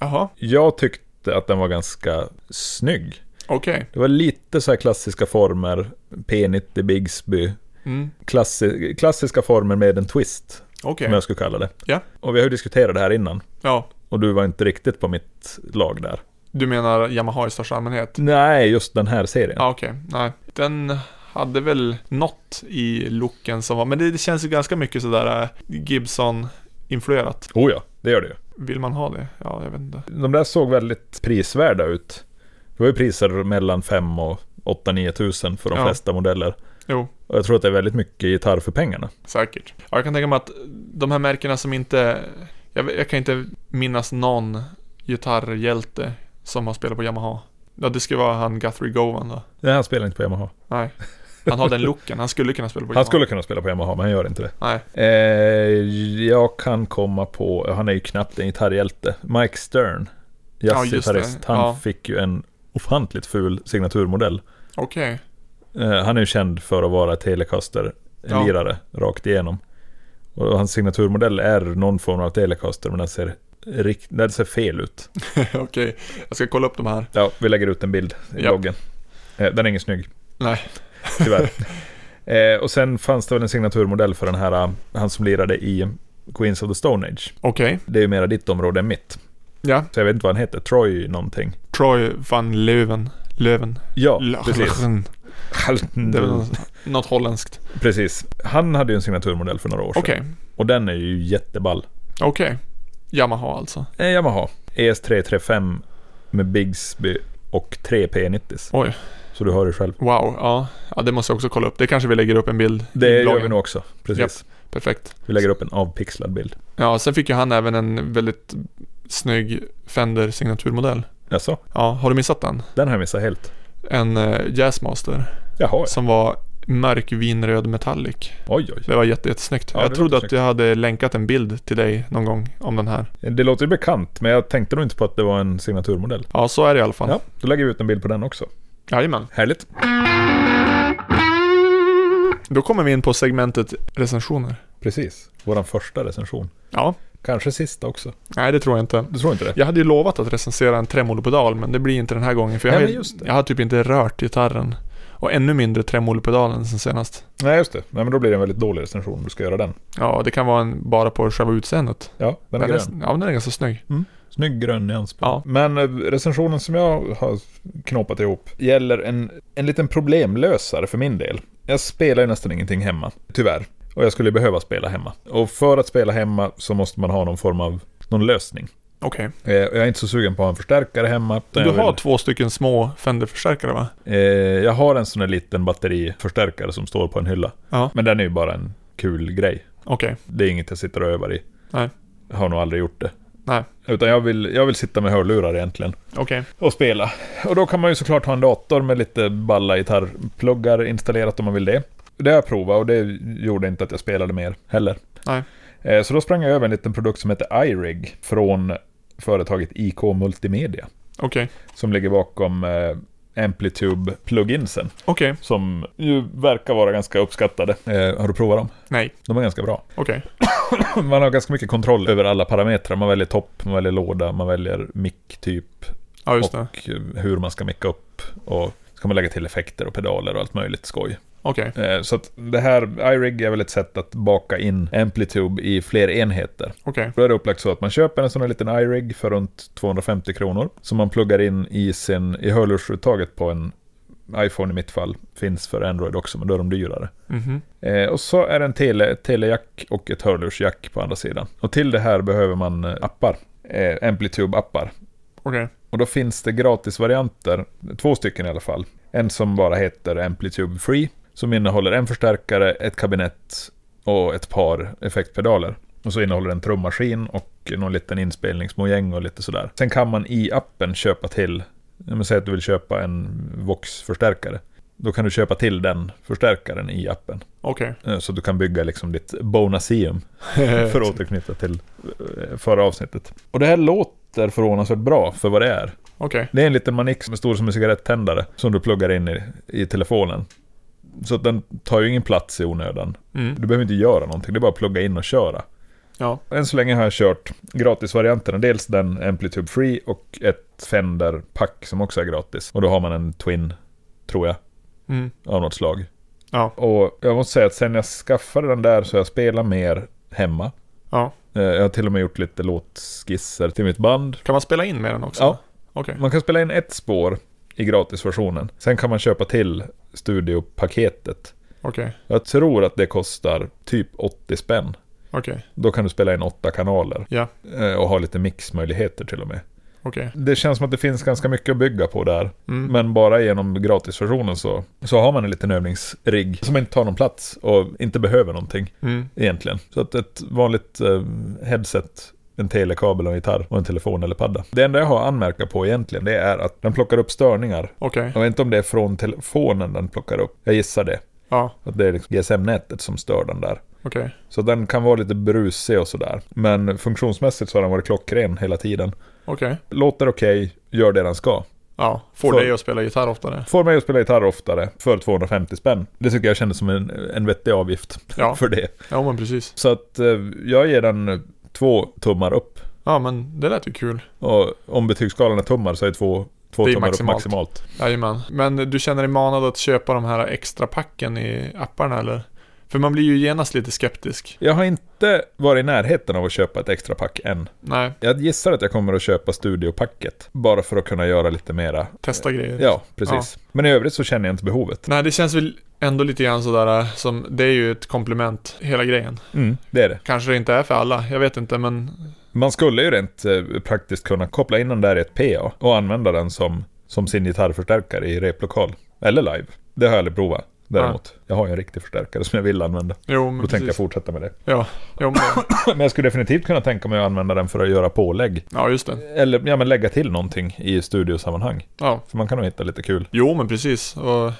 [SPEAKER 2] Jaha,
[SPEAKER 1] Jag tyckte att den var ganska snygg.
[SPEAKER 2] okej.
[SPEAKER 1] Det var lite så här klassiska former. P90, Bigsby.
[SPEAKER 2] Mm.
[SPEAKER 1] Klassi- klassiska former med en twist,
[SPEAKER 2] Okej.
[SPEAKER 1] om jag skulle kalla det.
[SPEAKER 2] Ja.
[SPEAKER 1] Och vi har ju diskuterat det här innan.
[SPEAKER 2] Ja.
[SPEAKER 1] Och du var inte riktigt på mitt lag där.
[SPEAKER 2] Du menar Yamaha i största allmänhet?
[SPEAKER 1] Nej, just den här serien.
[SPEAKER 2] Ja, okej. Nej. Den hade väl något i looken som var, men det, det känns ju ganska mycket sådär eh, Gibson-influerat.
[SPEAKER 1] Oh ja, det gör det ju.
[SPEAKER 2] Vill man ha det? Ja, jag vet inte.
[SPEAKER 1] De där såg väldigt prisvärda ut. Det var ju priser mellan 5 och 8-9 tusen för de
[SPEAKER 2] Ja.
[SPEAKER 1] flesta modeller.
[SPEAKER 2] Jo.
[SPEAKER 1] Och jag tror att det är väldigt mycket gitarr för pengarna.
[SPEAKER 2] Säkert. Ja, jag kan tänka mig att de här märkena som inte... Jag, vet- jag kan inte minnas någon gitarrhjälte som har spelat på Yamaha. Ja, det skulle vara han Guthrie Govan då.
[SPEAKER 1] Nej, han spelar inte på Yamaha.
[SPEAKER 2] Nej. Han har den looken. Han skulle kunna spela på Yamaha.
[SPEAKER 1] Han skulle kunna spela på Yamaha, men han gör inte det.
[SPEAKER 2] Nej.
[SPEAKER 1] Eh, jag kan komma på, han är ju knappt en gitarrhjälte. Mike Stern, jazzgitarrist,
[SPEAKER 2] just det.
[SPEAKER 1] han
[SPEAKER 2] Ja.
[SPEAKER 1] fick ju en ofantligt ful signaturmodell.
[SPEAKER 2] Okej.
[SPEAKER 1] Eh, han är ju känd för att vara Telecaster-lirare rakt igenom. Och hans signaturmodell är någon form av Telecaster, men den ser, rikt- den ser fel ut.
[SPEAKER 2] <laughs> Okej. Jag ska kolla upp de här.
[SPEAKER 1] Ja, vi lägger ut en bild i
[SPEAKER 2] Japp.
[SPEAKER 1] bloggen. Eh, Den är ingen snygg.
[SPEAKER 2] Nej.
[SPEAKER 1] Tyvärr. eh, och sen fanns det väl en signaturmodell för den här, eh, han som lirade i Queens of the Stone Age.
[SPEAKER 2] Okej.
[SPEAKER 1] Det är ju mera ditt område än mitt.
[SPEAKER 2] Ja.
[SPEAKER 1] Så jag vet inte vad han heter, Troy någonting.
[SPEAKER 2] Troy van Löven. Löven.
[SPEAKER 1] Ja,
[SPEAKER 2] Löven. <laughs>
[SPEAKER 1] precis. Mm,
[SPEAKER 2] Det är väl något, något holländskt.
[SPEAKER 1] precis. Han hade ju en signaturmodell för några år sedan.
[SPEAKER 2] Okej.
[SPEAKER 1] Och den är ju jätteball.
[SPEAKER 2] Okej. Yamaha alltså.
[SPEAKER 1] Eh, Yamaha. ES335 med Bigsby och 3 P90s.
[SPEAKER 2] Oj.
[SPEAKER 1] Så du hör ju själv.
[SPEAKER 2] Wow. Ja. ja, det måste jag också kolla upp. Det kanske vi lägger upp en bild
[SPEAKER 1] Det
[SPEAKER 2] i
[SPEAKER 1] gör
[SPEAKER 2] bloggen.
[SPEAKER 1] vi nog också. Precis.
[SPEAKER 2] Perfekt.
[SPEAKER 1] Vi lägger upp en avpixlad bild.
[SPEAKER 2] Ja, sen fick ju han även en väldigt snygg Fender signaturmodell.
[SPEAKER 1] Jaså?
[SPEAKER 2] Ja, har du missat den?
[SPEAKER 1] Den har jag missat helt.
[SPEAKER 2] En eh, Jazzmaster
[SPEAKER 1] Jaha,
[SPEAKER 2] som var mörk vinröd metallic.
[SPEAKER 1] oj oj.
[SPEAKER 2] Det var jätte, jättesnyggt.
[SPEAKER 1] Ja, det
[SPEAKER 2] jag
[SPEAKER 1] låter
[SPEAKER 2] trodde att
[SPEAKER 1] snyggt.
[SPEAKER 2] jag hade länkat en bild till dig någon gång om den här.
[SPEAKER 1] Det låter ju bekant, men jag tänkte nog inte på att det var en signaturmodell.
[SPEAKER 2] Ja, så är det i alla fall.
[SPEAKER 1] Ja, då lägger vi ut en bild på den också.
[SPEAKER 2] Jajamän.
[SPEAKER 1] Härligt.
[SPEAKER 2] Då kommer vi in på segmentet recensioner.
[SPEAKER 1] Precis. Vår första recension.
[SPEAKER 2] Ja,
[SPEAKER 1] Kanske sista också.
[SPEAKER 2] nej det tror jag inte.
[SPEAKER 1] Du tror inte det?
[SPEAKER 2] Jag hade ju lovat att recensera en tremolopedal, men det blir inte den här gången. För jag,
[SPEAKER 1] Nej,
[SPEAKER 2] har,
[SPEAKER 1] men
[SPEAKER 2] ju-
[SPEAKER 1] just det.
[SPEAKER 2] jag har typ inte rört gitarren. Och ännu mindre tremolopedalen sen senast.
[SPEAKER 1] Nej, just det. Nej, men då blir det en väldigt dålig recension om du ska göra den.
[SPEAKER 2] Ja, det kan vara en, bara på själva utseendet.
[SPEAKER 1] Ja, den är
[SPEAKER 2] Den är-
[SPEAKER 1] grön.
[SPEAKER 2] Ja, men den är ganska snygg.
[SPEAKER 1] Snygg grön nyans på
[SPEAKER 2] Ja.
[SPEAKER 1] den. Men eh, recensionen som jag har knåpat ihop gäller en, en liten problemlösare för min del. Jag spelar ju nästan ingenting hemma, tyvärr. Och jag skulle behöva spela hemma. Och för att spela hemma så måste man ha någon form av, någon lösning.
[SPEAKER 2] Okej.
[SPEAKER 1] Eh, och Jag är inte så sugen på att ha en förstärkare hemma. utan
[SPEAKER 2] Du
[SPEAKER 1] jag vill-
[SPEAKER 2] har två stycken små Fender-förstärkare va?
[SPEAKER 1] Eh, jag har en sån där liten batteriförstärkare som står på en hylla.
[SPEAKER 2] Ja.
[SPEAKER 1] Men den är ju bara en kul grej.
[SPEAKER 2] Okej.
[SPEAKER 1] Det är inget jag sitter och övar i.
[SPEAKER 2] Nej.
[SPEAKER 1] Jag har nog aldrig gjort det.
[SPEAKER 2] Nej.
[SPEAKER 1] Utan jag vill, jag vill sitta med hörlurar egentligen.
[SPEAKER 2] Okej.
[SPEAKER 1] Och spela. Och då kan man ju såklart ha en dator med lite balla gitarrpluggar installerat om man vill det. Det har jag provat och det gjorde inte att jag spelade mer heller.
[SPEAKER 2] Nej.
[SPEAKER 1] Eh, Så då sprang jag över en liten produkt som heter iRig från företaget IK Multimedia.
[SPEAKER 2] Okej.
[SPEAKER 1] Som ligger bakom eh, Amplitube pluginsen
[SPEAKER 2] Okej.
[SPEAKER 1] som ju verkar vara ganska uppskattade. Eh, har du provat dem?
[SPEAKER 2] Nej.
[SPEAKER 1] De är ganska bra. <laughs>
[SPEAKER 2] Okej.
[SPEAKER 1] Man har ganska mycket kontroll över alla parametrar. Man väljer topp, man väljer låda, man väljer mick-typ
[SPEAKER 2] Ja, just det.
[SPEAKER 1] och hur man ska micka upp. Och ska man lägga till effekter och pedaler och allt möjligt skoj.
[SPEAKER 2] Okej.
[SPEAKER 1] Eh, Så att det här, iRig är väl ett sätt att baka in Amplitube i fler enheter.
[SPEAKER 2] Okej.
[SPEAKER 1] Då är det upplagt så att man köper en sån här liten iRig för runt 250 kronor. Som man pluggar in i, sin, i hörlursuttaget på en iPhone i mitt fall. Finns för Android också, men då är de dyrare.
[SPEAKER 2] Mhm.
[SPEAKER 1] Eh, och så är det en tele, ett telejack och ett hörlursjack på andra sidan. Och till det här behöver man eh, appar. Eh, Amplitube-appar.
[SPEAKER 2] Okej.
[SPEAKER 1] Och då finns det gratisvarianter, två stycken i alla fall. En som bara heter Amplitube Free, som innehåller en förstärkare, ett kabinett och ett par effektpedaler. Och så innehåller den trummaskin och någon liten inspelningsmojäng och lite sådär. Sen kan man i appen köpa till, ja, men säg att du vill köpa en Vox-förstärkare. Då kan du köpa till den förstärkaren i appen.
[SPEAKER 2] <laughs> Okej.
[SPEAKER 1] Eh, Så du kan bygga liksom ditt bonaseum
[SPEAKER 2] Eh,
[SPEAKER 1] för att återknyta till eh, förra avsnittet. Och det här låter förvånansvärt bra för vad det är.
[SPEAKER 2] Okej.
[SPEAKER 1] Det är en liten manik som är stor som en cigarettändare som du pluggar in i, i telefonen. Så att den tar ju ingen plats i onödan.
[SPEAKER 2] Mm.
[SPEAKER 1] Du behöver inte göra någonting, det är bara att plugga in och köra.
[SPEAKER 2] Ja.
[SPEAKER 1] Än så länge har jag kört gratisvarianterna. Dels den Amplitude Free och ett Fender-pack som också är gratis. Och då har man en Twin, tror jag,
[SPEAKER 2] Mm.
[SPEAKER 1] av något slag.
[SPEAKER 2] Ja.
[SPEAKER 1] Och jag måste säga att sen jag skaffade den där så har jag spelat mer hemma.
[SPEAKER 2] Ja.
[SPEAKER 1] Eh, Jag har till och med gjort lite låtskisser till mitt band.
[SPEAKER 2] Kan man spela in med den också?
[SPEAKER 1] Ja.
[SPEAKER 2] Okej.
[SPEAKER 1] Man kan spela in ett spår i gratisversionen. Sen kan man köpa till studiopaketet.
[SPEAKER 2] Okej.
[SPEAKER 1] Jag tror att det kostar typ 80 spänn.
[SPEAKER 2] Okej.
[SPEAKER 1] Då kan du spela in åtta kanaler.
[SPEAKER 2] Ja.
[SPEAKER 1] Eh, Och ha lite mixmöjligheter till och med.
[SPEAKER 2] Okej.
[SPEAKER 1] Det känns som att det finns ganska mycket att bygga på där.
[SPEAKER 2] Mm.
[SPEAKER 1] Men bara genom gratisversionen så, så har man en liten övningsrigg som inte tar någon plats och inte behöver någonting.
[SPEAKER 2] Mm.
[SPEAKER 1] egentligen. Så att ett vanligt eh, headset, en telekabel och en gitarr och en telefon eller padda. Det enda jag har att anmärka på egentligen det är att den plockar upp störningar.
[SPEAKER 2] Okej.
[SPEAKER 1] Jag vet inte om det är från telefonen den plockar upp. Jag gissar det.
[SPEAKER 2] Ja.
[SPEAKER 1] Att det är liksom GSM-nätet som stör den där.
[SPEAKER 2] Okej.
[SPEAKER 1] Så den kan vara lite brusig och sådär. Men funktionsmässigt så har den varit klockren hela tiden.
[SPEAKER 2] Okej.
[SPEAKER 1] Låter okej, gör det den ska.
[SPEAKER 2] Ja. Får
[SPEAKER 1] Så-
[SPEAKER 2] dig att spela gitarr oftare?
[SPEAKER 1] Får mig att spela gitarr oftare för 250 spänn. Det tycker jag kändes som en, en vettig avgift
[SPEAKER 2] Ja.
[SPEAKER 1] för det.
[SPEAKER 2] Ja men precis.
[SPEAKER 1] Så att eh, jag ger den eh, två tummar upp.
[SPEAKER 2] Ja men det lät ju kul.
[SPEAKER 1] Och om betygsskalan är tummar så är två, två
[SPEAKER 2] Det är
[SPEAKER 1] tummar
[SPEAKER 2] maximalt.
[SPEAKER 1] upp maximalt.
[SPEAKER 2] Jajamän. Men du känner dig manad att köpa de här extra packen i apparna eller? För man blir ju genast lite skeptisk.
[SPEAKER 1] Jag har inte varit i närheten av att köpa ett extra pack än.
[SPEAKER 2] Nej,
[SPEAKER 1] Jag gissar att jag kommer att köpa studiopacket. Bara för att kunna göra lite mera.
[SPEAKER 2] testa grejer.
[SPEAKER 1] Ja, precis. Men i övrigt så känner jag inte behovet.
[SPEAKER 2] Nej, det känns väl ändå lite grann sådär eh, som, det är ju ett komplement, hela grejen.
[SPEAKER 1] Mm, det är det.
[SPEAKER 2] Kanske det inte är för alla, jag vet inte men
[SPEAKER 1] Man skulle ju rent eh, praktiskt kunna koppla in den där i ett PA och använda den som, som sin gitarrförstärkare i replokal. Eller live. Det har jag aldrig provat. Däremot, jag har ju en riktig förstärkare som jag vill använda.
[SPEAKER 2] jo men
[SPEAKER 1] Då tänker jag
[SPEAKER 2] precis.
[SPEAKER 1] fortsätta med det.
[SPEAKER 2] Ja, jo, men,
[SPEAKER 1] Men jag skulle definitivt kunna tänka mig att använda den för att göra pålägg.
[SPEAKER 2] ja just det.
[SPEAKER 1] Eller ja, men lägga till någonting i studiosammanhang.
[SPEAKER 2] Ja.
[SPEAKER 1] För man kan nog hitta lite kul.
[SPEAKER 2] Jo men precis och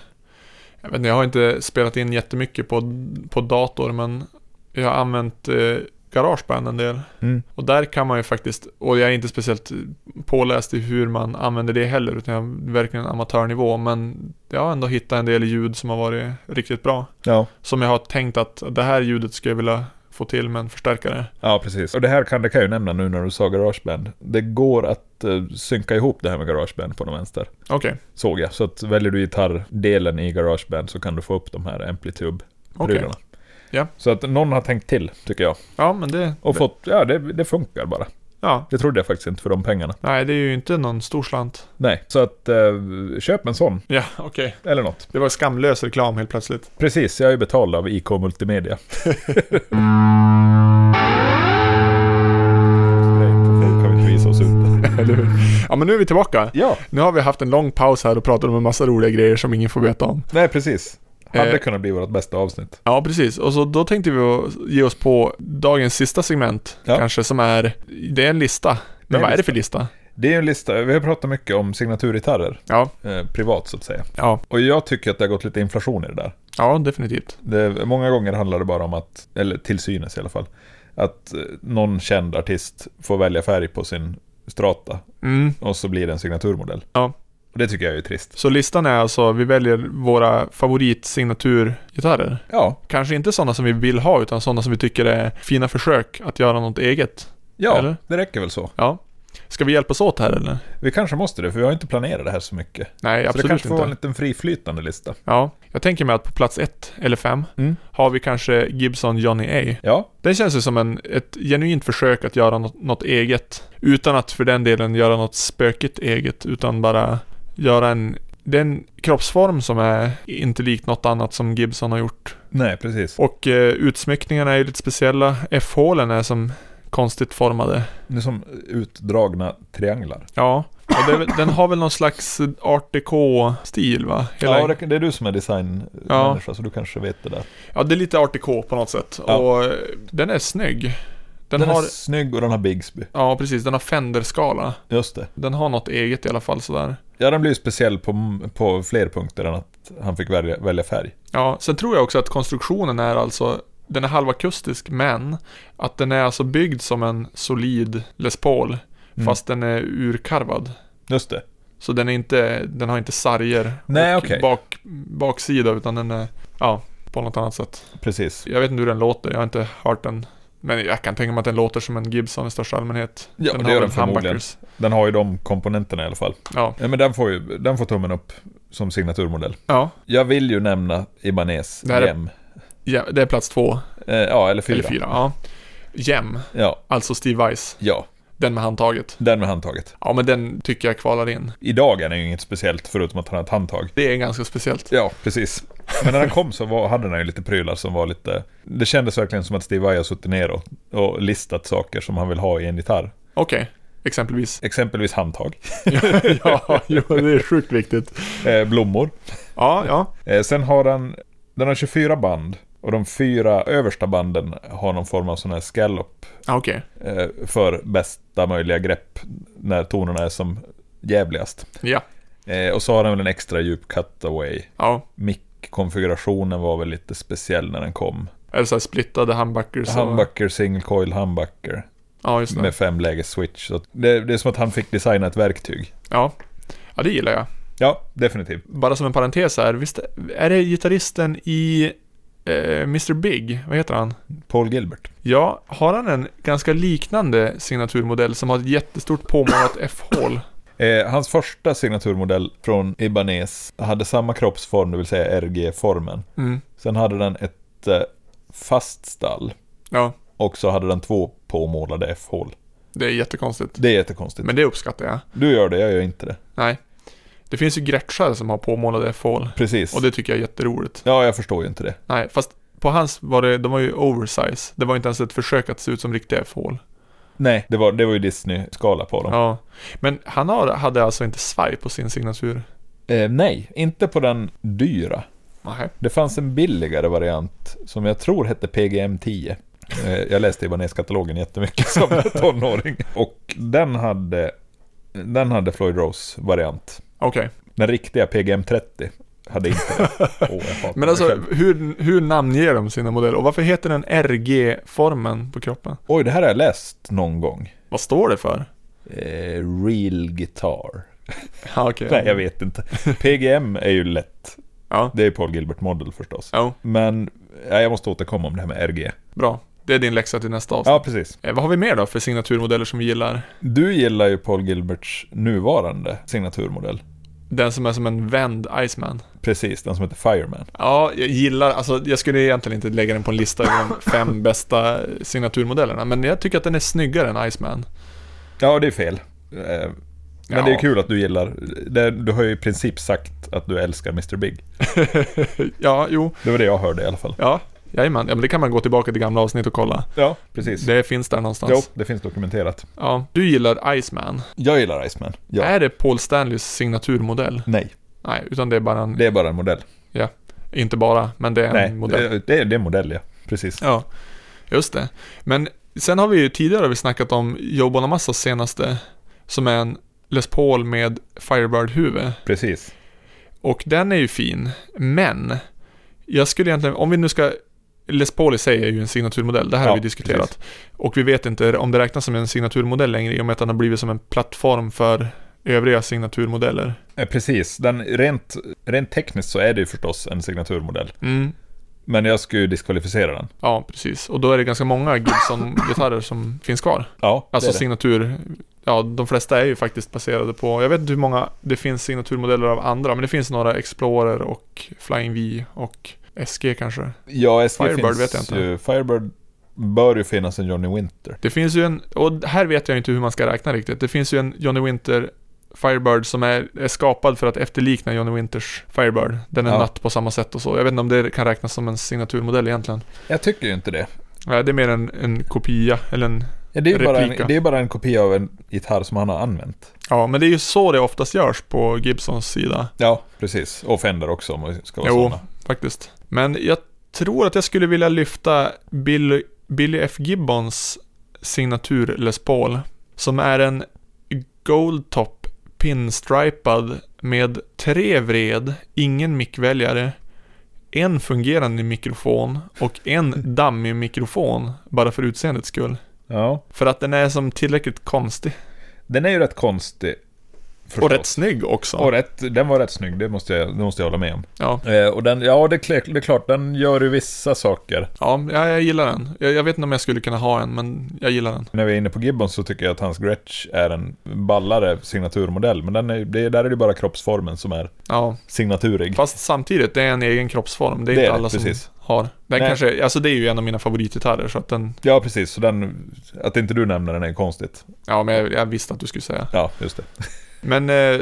[SPEAKER 2] jag, vet inte, jag har inte spelat in jättemycket på, på dator men jag har använt eh, Garageband en del.
[SPEAKER 1] Mm.
[SPEAKER 2] Och där kan man ju faktiskt, och jag är inte speciellt påläst i hur man använder det heller, utan jag är verkligen amatörnivå, men jag har ändå hittat en del ljud som har varit riktigt bra.
[SPEAKER 1] Ja.
[SPEAKER 2] Som jag har tänkt att det här ljudet skulle jag vilja få till med en förstärkare.
[SPEAKER 1] ja, precis. Och det här kan, det kan jag ju nämna nu när du sa Garageband. Det går att eh, synka ihop det här med Garageband på den vänster.
[SPEAKER 2] Okej,
[SPEAKER 1] Såg jag. Så att väljer du gitarrdelen i Garageband så kan du få upp de här Amplitube-prylarna.
[SPEAKER 2] okej. Ja.
[SPEAKER 1] Så att någon har tänkt till, tycker jag.
[SPEAKER 2] Ja men det,
[SPEAKER 1] Och fått, ja det, det funkar bara.
[SPEAKER 2] ja.
[SPEAKER 1] Det trodde jag faktiskt inte för de pengarna.
[SPEAKER 2] Nej det är ju inte någon stor slant.
[SPEAKER 1] Nej, så att eh, köp en sån,
[SPEAKER 2] Ja, okej.
[SPEAKER 1] eller något.
[SPEAKER 2] Det var skamlös reklam helt plötsligt.
[SPEAKER 1] Precis, jag är ju betald av IK Multimedia. <laughs> kan vi inte visa oss ut.
[SPEAKER 2] <laughs> Eller hur? Ja men nu är vi tillbaka.
[SPEAKER 1] Ja,
[SPEAKER 2] Nu har vi haft en lång paus här och pratat om en massa roliga grejer som ingen får veta om.
[SPEAKER 1] nej precis. Hade
[SPEAKER 2] Eh.
[SPEAKER 1] kunnat bli vårt bästa avsnitt.
[SPEAKER 2] Ja, precis. Och så då tänkte vi att ge oss på dagens sista segment,
[SPEAKER 1] Ja.
[SPEAKER 2] kanske, som är... Det är en lista.
[SPEAKER 1] Det är
[SPEAKER 2] Men
[SPEAKER 1] en
[SPEAKER 2] vad är det
[SPEAKER 1] lista.
[SPEAKER 2] för lista?
[SPEAKER 1] Det är ju en lista, vi har pratat mycket om signaturgitarrer,
[SPEAKER 2] Ja,
[SPEAKER 1] eh, privat så att säga.
[SPEAKER 2] ja,
[SPEAKER 1] Och jag tycker att det har gått lite inflation i det där.
[SPEAKER 2] ja, definitivt.
[SPEAKER 1] Det, många gånger handlar det bara om att, eller till synes i alla fall, att eh, någon känd artist får välja färg på sin strata
[SPEAKER 2] Mm,
[SPEAKER 1] och så blir det en signaturmodell.
[SPEAKER 2] Ja.
[SPEAKER 1] Och det tycker jag är trist.
[SPEAKER 2] Så listan är alltså, vi väljer våra favoritsignaturgitarrer.
[SPEAKER 1] Ja,
[SPEAKER 2] Kanske inte sådana som vi vill ha, utan sådana som vi tycker är fina försök att göra något eget.
[SPEAKER 1] ja
[SPEAKER 2] Eller?
[SPEAKER 1] det räcker väl så.
[SPEAKER 2] Ja. Ska vi hjälpas åt här eller?
[SPEAKER 1] Vi kanske måste det, för vi har inte planerat det här så mycket.
[SPEAKER 2] Nej,
[SPEAKER 1] så det
[SPEAKER 2] absolut
[SPEAKER 1] kanske får vara
[SPEAKER 2] inte.
[SPEAKER 1] en liten friflytande lista.
[SPEAKER 2] Ja, jag tänker mig att på plats ett eller fem
[SPEAKER 1] Mm.
[SPEAKER 2] har vi kanske Gibson Johnny A.
[SPEAKER 1] Ja,
[SPEAKER 2] Den känns ju som en, ett genuint försök att göra något, något eget. Utan att för den delen göra något spökigt eget, utan bara göra en... Det är en kroppsform som är inte likt något annat som Gibson har gjort.
[SPEAKER 1] nej precis.
[SPEAKER 2] Och eh, utsmyckningarna är ju lite speciella. F-hålen är som konstigt formade.
[SPEAKER 1] Det är som utdragna trianglar.
[SPEAKER 2] Ja, och det, är väl- den har väl någon slags art deco-stil va? Hela-
[SPEAKER 1] Ja, det, det är du som är designmänniska, så du kanske vet det där.
[SPEAKER 2] ja, det är lite art deco på något sätt.
[SPEAKER 1] Ja.
[SPEAKER 2] Och eh, den är snygg. Den,
[SPEAKER 1] Den,
[SPEAKER 2] har...
[SPEAKER 1] är snygg och den har Bigsby.
[SPEAKER 2] Ja, precis. Den har Fender-skala.
[SPEAKER 1] Just det.
[SPEAKER 2] Den har något eget i alla fall sådär.
[SPEAKER 1] Ja, den blir ju speciell på, på fler punkter än att han fick välja, välja färg.
[SPEAKER 2] Ja, sen tror jag också att konstruktionen är alltså, den är halvakustisk men att den är alltså byggd som en solid Les Paul
[SPEAKER 1] Mm.
[SPEAKER 2] fast den är urkarvad.
[SPEAKER 1] Just det.
[SPEAKER 2] Så den är inte, den har inte sarger
[SPEAKER 1] Nej,
[SPEAKER 2] och
[SPEAKER 1] okej.
[SPEAKER 2] bak, baksida utan den är, ja, på något annat sätt.
[SPEAKER 1] Precis.
[SPEAKER 2] Jag vet inte hur den låter, jag har inte hört den. Men jag kan tänka mig att den låter som en Gibson i största allmänhet.
[SPEAKER 1] Ja,
[SPEAKER 2] den
[SPEAKER 1] det gör
[SPEAKER 2] väl
[SPEAKER 1] den förmodligen.
[SPEAKER 2] humbuckers.
[SPEAKER 1] Den har ju de komponenterna i alla fall.
[SPEAKER 2] Ja.
[SPEAKER 1] Ja, men den får ju den får tummen upp som signaturmodell.
[SPEAKER 2] Ja,
[SPEAKER 1] Jag vill ju nämna Ibanez
[SPEAKER 2] Det här är-
[SPEAKER 1] Gem.
[SPEAKER 2] ja, det är plats två.
[SPEAKER 1] Eh, ja, eller fyra.
[SPEAKER 2] Eller fyra. Ja. Jem,
[SPEAKER 1] Ja,
[SPEAKER 2] alltså Steve Weiss.
[SPEAKER 1] ja,
[SPEAKER 2] Den med handtaget.
[SPEAKER 1] den med handtaget.
[SPEAKER 2] Ja, men den tycker jag kvalar in.
[SPEAKER 1] Idag är den ju inget speciellt förutom att han har ett handtag.
[SPEAKER 2] Det är ganska speciellt.
[SPEAKER 1] Ja, precis. Men när han kom så var, hade han ju lite prylar som var lite... Det kändes verkligen som att Steve Vai har suttit ner och, och listat saker som han vill ha i en gitarr.
[SPEAKER 2] Okej,
[SPEAKER 1] <laughs>
[SPEAKER 2] exempelvis.
[SPEAKER 1] Exempelvis handtag,
[SPEAKER 2] <laughs> ja, jo, det är sjukt viktigt.
[SPEAKER 1] <laughs> eh, blommor.
[SPEAKER 2] Ja, ja.
[SPEAKER 1] Eh, sen har han... Den har 24 band och de fyra översta banden har någon form av sån här scallop
[SPEAKER 2] Ah, Okej.
[SPEAKER 1] eh, för bästa möjliga grepp när tonerna är som jävligast.
[SPEAKER 2] Ja.
[SPEAKER 1] Eh, och så har han väl en extra djup cutaway.
[SPEAKER 2] ja.
[SPEAKER 1] Mick-konfigurationen var väl lite speciell när den kom.
[SPEAKER 2] Eller så här splittade humbuckers. och-
[SPEAKER 1] Humbucker, single coil, humbucker.
[SPEAKER 2] Ja, just det.
[SPEAKER 1] med femläges-switch. Så att Det, det är som att han fick designa ett verktyg.
[SPEAKER 2] Ja. ja, det gillar jag.
[SPEAKER 1] Ja, definitivt.
[SPEAKER 2] Bara som en parentes här. Visst, är det gitarristen i eh, Mr. Big? Vad heter han?
[SPEAKER 1] Paul Gilbert.
[SPEAKER 2] Ja, har han en ganska liknande signaturmodell som har ett jättestort påmålat F-hål?
[SPEAKER 1] Eh, hans första signaturmodell från Ibanez hade samma kroppsform, det vill säga RG-formen.
[SPEAKER 2] Mm.
[SPEAKER 1] Sen hade den ett eh, fast stall
[SPEAKER 2] Ja,
[SPEAKER 1] och så hade den två påmålade F-hål.
[SPEAKER 2] det är jättekonstigt.
[SPEAKER 1] Det är jättekonstigt.
[SPEAKER 2] Men det uppskattar jag.
[SPEAKER 1] Du gör det, jag gör inte det.
[SPEAKER 2] Nej. Det finns ju Gretschar som har påmålade F-hål.
[SPEAKER 1] Precis.
[SPEAKER 2] Och det tycker jag är jätteroligt.
[SPEAKER 1] Ja, jag förstår ju inte det.
[SPEAKER 2] Nej, fast på hans var det, de var ju oversize. Det var inte ens ett försök att se ut som riktiga F-hål.
[SPEAKER 1] Nej, det var, det var ju Disney-skala på dem.
[SPEAKER 2] Ja. Men han har, hade alltså inte svaj på sin signatur?
[SPEAKER 1] Eh, nej, inte på den dyra.
[SPEAKER 2] Nej.
[SPEAKER 1] Det fanns en billigare variant som jag tror hette PGM-10. Eh, Jag läste Ibanez-katalogen jättemycket som
[SPEAKER 2] <laughs>
[SPEAKER 1] tonåring. Och den hade, den hade Floyd Rose-variant.
[SPEAKER 2] Okej.
[SPEAKER 1] Den riktiga PGM-30 hade inte
[SPEAKER 2] <laughs>
[SPEAKER 1] det. Åh, jag hatar
[SPEAKER 2] Men
[SPEAKER 1] mig
[SPEAKER 2] alltså,
[SPEAKER 1] själv.
[SPEAKER 2] hur, hur namnger de sina modeller? Och varför heter den RG-formen på kroppen?
[SPEAKER 1] Oj, det här har jag läst någon gång.
[SPEAKER 2] Vad står det för?
[SPEAKER 1] Eh, real Guitar.
[SPEAKER 2] Ja, okej.
[SPEAKER 1] Nej, jag vet inte. PGM är ju lätt.
[SPEAKER 2] Ja.
[SPEAKER 1] Det är ju Paul Gilbert Model förstås.
[SPEAKER 2] Jo,
[SPEAKER 1] Men nej, jag måste återkomma om det här med RG.
[SPEAKER 2] bra. Det är din läxa till nästa avsnitt.
[SPEAKER 1] Ja, precis.
[SPEAKER 2] Eh, vad har vi mer då för signaturmodeller som vi gillar?
[SPEAKER 1] Du gillar ju Paul Gilberts nuvarande signaturmodell.
[SPEAKER 2] Den som är som en vänd Iceman.
[SPEAKER 1] Precis, den som heter Fireman.
[SPEAKER 2] Ja, jag gillar, alltså jag skulle egentligen inte lägga den på en lista över
[SPEAKER 1] <laughs>
[SPEAKER 2] de fem bästa signaturmodellerna, men jag tycker att den är snyggare än Iceman.
[SPEAKER 1] Ja, det är fel. Eh, Men
[SPEAKER 2] Ja.
[SPEAKER 1] det är kul att du gillar. det- Du har ju i princip sagt att du älskar Mr. Big.
[SPEAKER 2] ja, jo,
[SPEAKER 1] Det var det jag hörde i alla fall.
[SPEAKER 2] ja, jajamän, ja men det kan man gå tillbaka till gamla avsnitt och kolla.
[SPEAKER 1] Ja, precis.
[SPEAKER 2] Det finns där
[SPEAKER 1] Jo,
[SPEAKER 2] någonstans.
[SPEAKER 1] det finns dokumenterat.
[SPEAKER 2] Ja, du gillar Iceman.
[SPEAKER 1] Jag gillar Iceman. Ja.
[SPEAKER 2] Är det Paul Stanleys signaturmodell?
[SPEAKER 1] Nej,
[SPEAKER 2] Nej, utan det är bara en,
[SPEAKER 1] det är bara en modell.
[SPEAKER 2] inte bara, men det är en
[SPEAKER 1] Nej,
[SPEAKER 2] modell.
[SPEAKER 1] Det, det, är, det är en modell ja. Precis.
[SPEAKER 2] Ja, just det. Men sen har vi ju tidigare vi snackat om Joe Bonamassas senaste, som är en Les Paul med Firebird-huvud.
[SPEAKER 1] Precis.
[SPEAKER 2] Och den är ju fin, men jag skulle egentligen, om vi nu ska Les Paul i sig är ju en signaturmodell, det här
[SPEAKER 1] Ja,
[SPEAKER 2] har vi diskuterat. Och vi vet inte om det räknas som en signaturmodell längre i och med att den har blivit som en plattform för övriga signaturmodeller.
[SPEAKER 1] Eh, Precis, den, rent, rent tekniskt så är det ju förstås en signaturmodell.
[SPEAKER 2] Mm.
[SPEAKER 1] Men jag skulle ju diskvalificera den.
[SPEAKER 2] Ja, precis. Och då är det ganska många Gibson-gitarrer som finns kvar.
[SPEAKER 1] Ja, det
[SPEAKER 2] Alltså
[SPEAKER 1] är det.
[SPEAKER 2] signatur, ja de flesta är ju faktiskt baserade på, jag vet inte hur många det finns signaturmodeller av andra, men det finns några Explorer och Flying V och SG kanske.
[SPEAKER 1] Ja, SG
[SPEAKER 2] Firebird
[SPEAKER 1] finns
[SPEAKER 2] vet jag inte.
[SPEAKER 1] Ju, Firebird bör ju finnas en Johnny Winter.
[SPEAKER 2] Det finns ju en, och här vet jag inte hur man ska räkna riktigt, det finns ju en Johnny Winter Firebird som är, är skapad för att efterlikna Johnny Winters Firebird. Den är
[SPEAKER 1] Ja.
[SPEAKER 2] natt på samma sätt och så. Jag vet inte om det kan räknas som en signaturmodell egentligen.
[SPEAKER 1] Jag tycker ju inte det.
[SPEAKER 2] Nej, det är mer en, en kopia, eller en
[SPEAKER 1] Ja, Det är ju bara
[SPEAKER 2] Replika.
[SPEAKER 1] en, det är bara en kopia av en gitarr som han har använt.
[SPEAKER 2] Ja, men det är ju så det oftast görs på Gibsons sida.
[SPEAKER 1] Ja, precis. Och Fender också om vi ska vara
[SPEAKER 2] Jo.
[SPEAKER 1] såna.
[SPEAKER 2] faktiskt. Men jag tror att jag skulle vilja lyfta Bill, Billy F. Gibbons signatur Les Paul. Som är en Goldtop pinstripad med tre vred, ingen mickväljare, en fungerande mikrofon och
[SPEAKER 1] <laughs>
[SPEAKER 2] en dammig mikrofon bara för utseendets skull.
[SPEAKER 1] Ja.
[SPEAKER 2] För att den är som tillräckligt konstig.
[SPEAKER 1] Den är ju rätt konstig. förstås.
[SPEAKER 2] Och rätt snygg också.
[SPEAKER 1] Och rätt, den var rätt snygg, det måste jag, det måste jag hålla med om.
[SPEAKER 2] Ja.
[SPEAKER 1] Eh, och den, ja det är, klart, det är klart, den gör ju vissa saker.
[SPEAKER 2] ja, jag jag gillar den. Jag, jag vet inte om jag skulle kunna ha en, men jag gillar den.
[SPEAKER 1] När vi är inne på Gibbons så tycker jag att hans Gretsch är en ballare signaturmodell. Men den är, det, där är det bara kroppsformen som är
[SPEAKER 2] Ja.
[SPEAKER 1] signaturig.
[SPEAKER 2] Fast samtidigt, det är en egen kroppsform. Det är
[SPEAKER 1] Det är
[SPEAKER 2] inte
[SPEAKER 1] det,
[SPEAKER 2] alla som
[SPEAKER 1] precis.
[SPEAKER 2] har. Den
[SPEAKER 1] Nej.
[SPEAKER 2] kanske, alltså det är ju en av mina favoritgitarrer så att den,
[SPEAKER 1] Ja, precis. Så den, att inte du nämner den är konstigt.
[SPEAKER 2] ja men jag, jag visste att du skulle säga.
[SPEAKER 1] Ja, just det.
[SPEAKER 2] Men eh,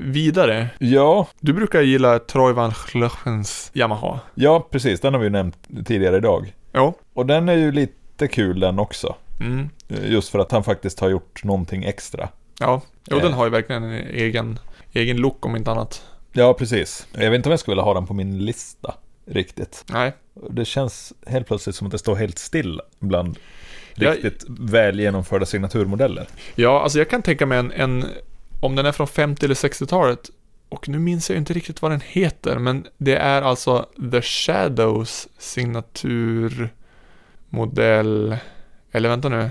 [SPEAKER 2] vidare,
[SPEAKER 1] Ja,
[SPEAKER 2] du brukar gilla Troy Van Schlöchens Yamaha.
[SPEAKER 1] ja precis. Den har vi ju nämnt tidigare idag.
[SPEAKER 2] Jo.
[SPEAKER 1] Och den är ju lite kul den också.
[SPEAKER 2] Mm.
[SPEAKER 1] Eh, Just för att han faktiskt har gjort någonting extra.
[SPEAKER 2] Ja, jo
[SPEAKER 1] Eh.
[SPEAKER 2] den har ju verkligen en egen, egen look om inte annat.
[SPEAKER 1] Ja, precis. Jag vet inte om jag skulle vilja ha den på min lista riktigt.
[SPEAKER 2] Nej,
[SPEAKER 1] Det känns helt plötsligt som att det står helt still bland
[SPEAKER 2] Jag-
[SPEAKER 1] riktigt väl genomförda signaturmodeller.
[SPEAKER 2] ja alltså jag kan tänka mig en, en om den är från 50 eller 60-talet, och nu minns jag ju inte riktigt vad den heter, men det är alltså The Shadows signaturmodell, eller vänta nu,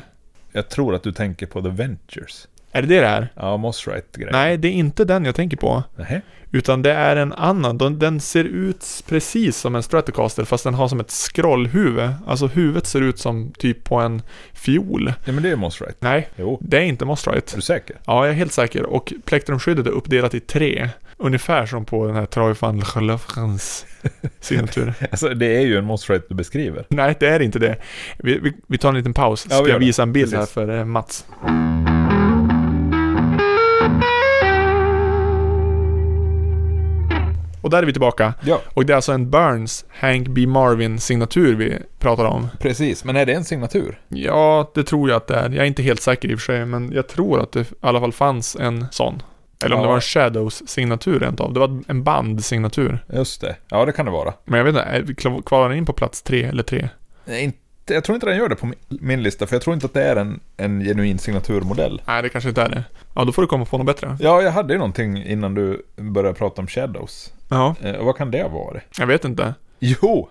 [SPEAKER 1] Jag tror att du tänker på The Ventures.
[SPEAKER 2] Är det det det är?
[SPEAKER 1] Ja, Moss Wright-grejen.
[SPEAKER 2] Nej, det är inte den jag tänker på.
[SPEAKER 1] Nähä.
[SPEAKER 2] Utan det är en annan. Den, den ser ut precis som en Stratocaster fast den har som ett scrollhuvud. Alltså huvudet ser ut som typ på en fiol.
[SPEAKER 1] Ja, men det är Moss Wright.
[SPEAKER 2] Nej,
[SPEAKER 1] Jo,
[SPEAKER 2] det är inte
[SPEAKER 1] är
[SPEAKER 2] Mostrite.
[SPEAKER 1] du säker? <laughs>
[SPEAKER 2] Ja, jag är helt säker. Och plektrumskyddet är uppdelat i tre. Ungefär som på den här Troy van
[SPEAKER 1] <laughs>
[SPEAKER 2] Schlöfrens signatur.
[SPEAKER 1] Alltså, det är ju en Moss Wright du beskriver.
[SPEAKER 2] Nej, det är inte det. Vi, vi, vi tar en liten paus. Ska
[SPEAKER 1] Ja, vi gör
[SPEAKER 2] jag
[SPEAKER 1] det.
[SPEAKER 2] visa en bild
[SPEAKER 1] Precis.
[SPEAKER 2] här för eh, Mats? Och där är vi tillbaka.
[SPEAKER 1] Ja,
[SPEAKER 2] Och det är alltså en Burns Hank B. Marvin signatur vi pratar om.
[SPEAKER 1] precis. Men är det en signatur?
[SPEAKER 2] Ja, det tror jag att det är. Jag är inte helt säker i och för sig, men jag tror att det i alla fall fanns en sån. Eller om
[SPEAKER 1] Ja.
[SPEAKER 2] det var en Shadows-signatur rent av. Det var en bandsignatur.
[SPEAKER 1] Just det. Ja, det kan det vara.
[SPEAKER 2] Men jag vet inte, är vi klav- kvalar den in på plats tre eller tre?
[SPEAKER 1] Nej, inte, jag tror inte den gör det på min, min lista, för jag tror inte att det är en, en genuin signaturmodell.
[SPEAKER 2] Nej, det kanske inte är det. Ja, då får du komma på något bättre.
[SPEAKER 1] Ja, jag hade ju någonting innan du började prata om Shadows.
[SPEAKER 2] Ja,
[SPEAKER 1] Eh, och vad kan det vara?
[SPEAKER 2] jag vet inte.
[SPEAKER 1] Jo!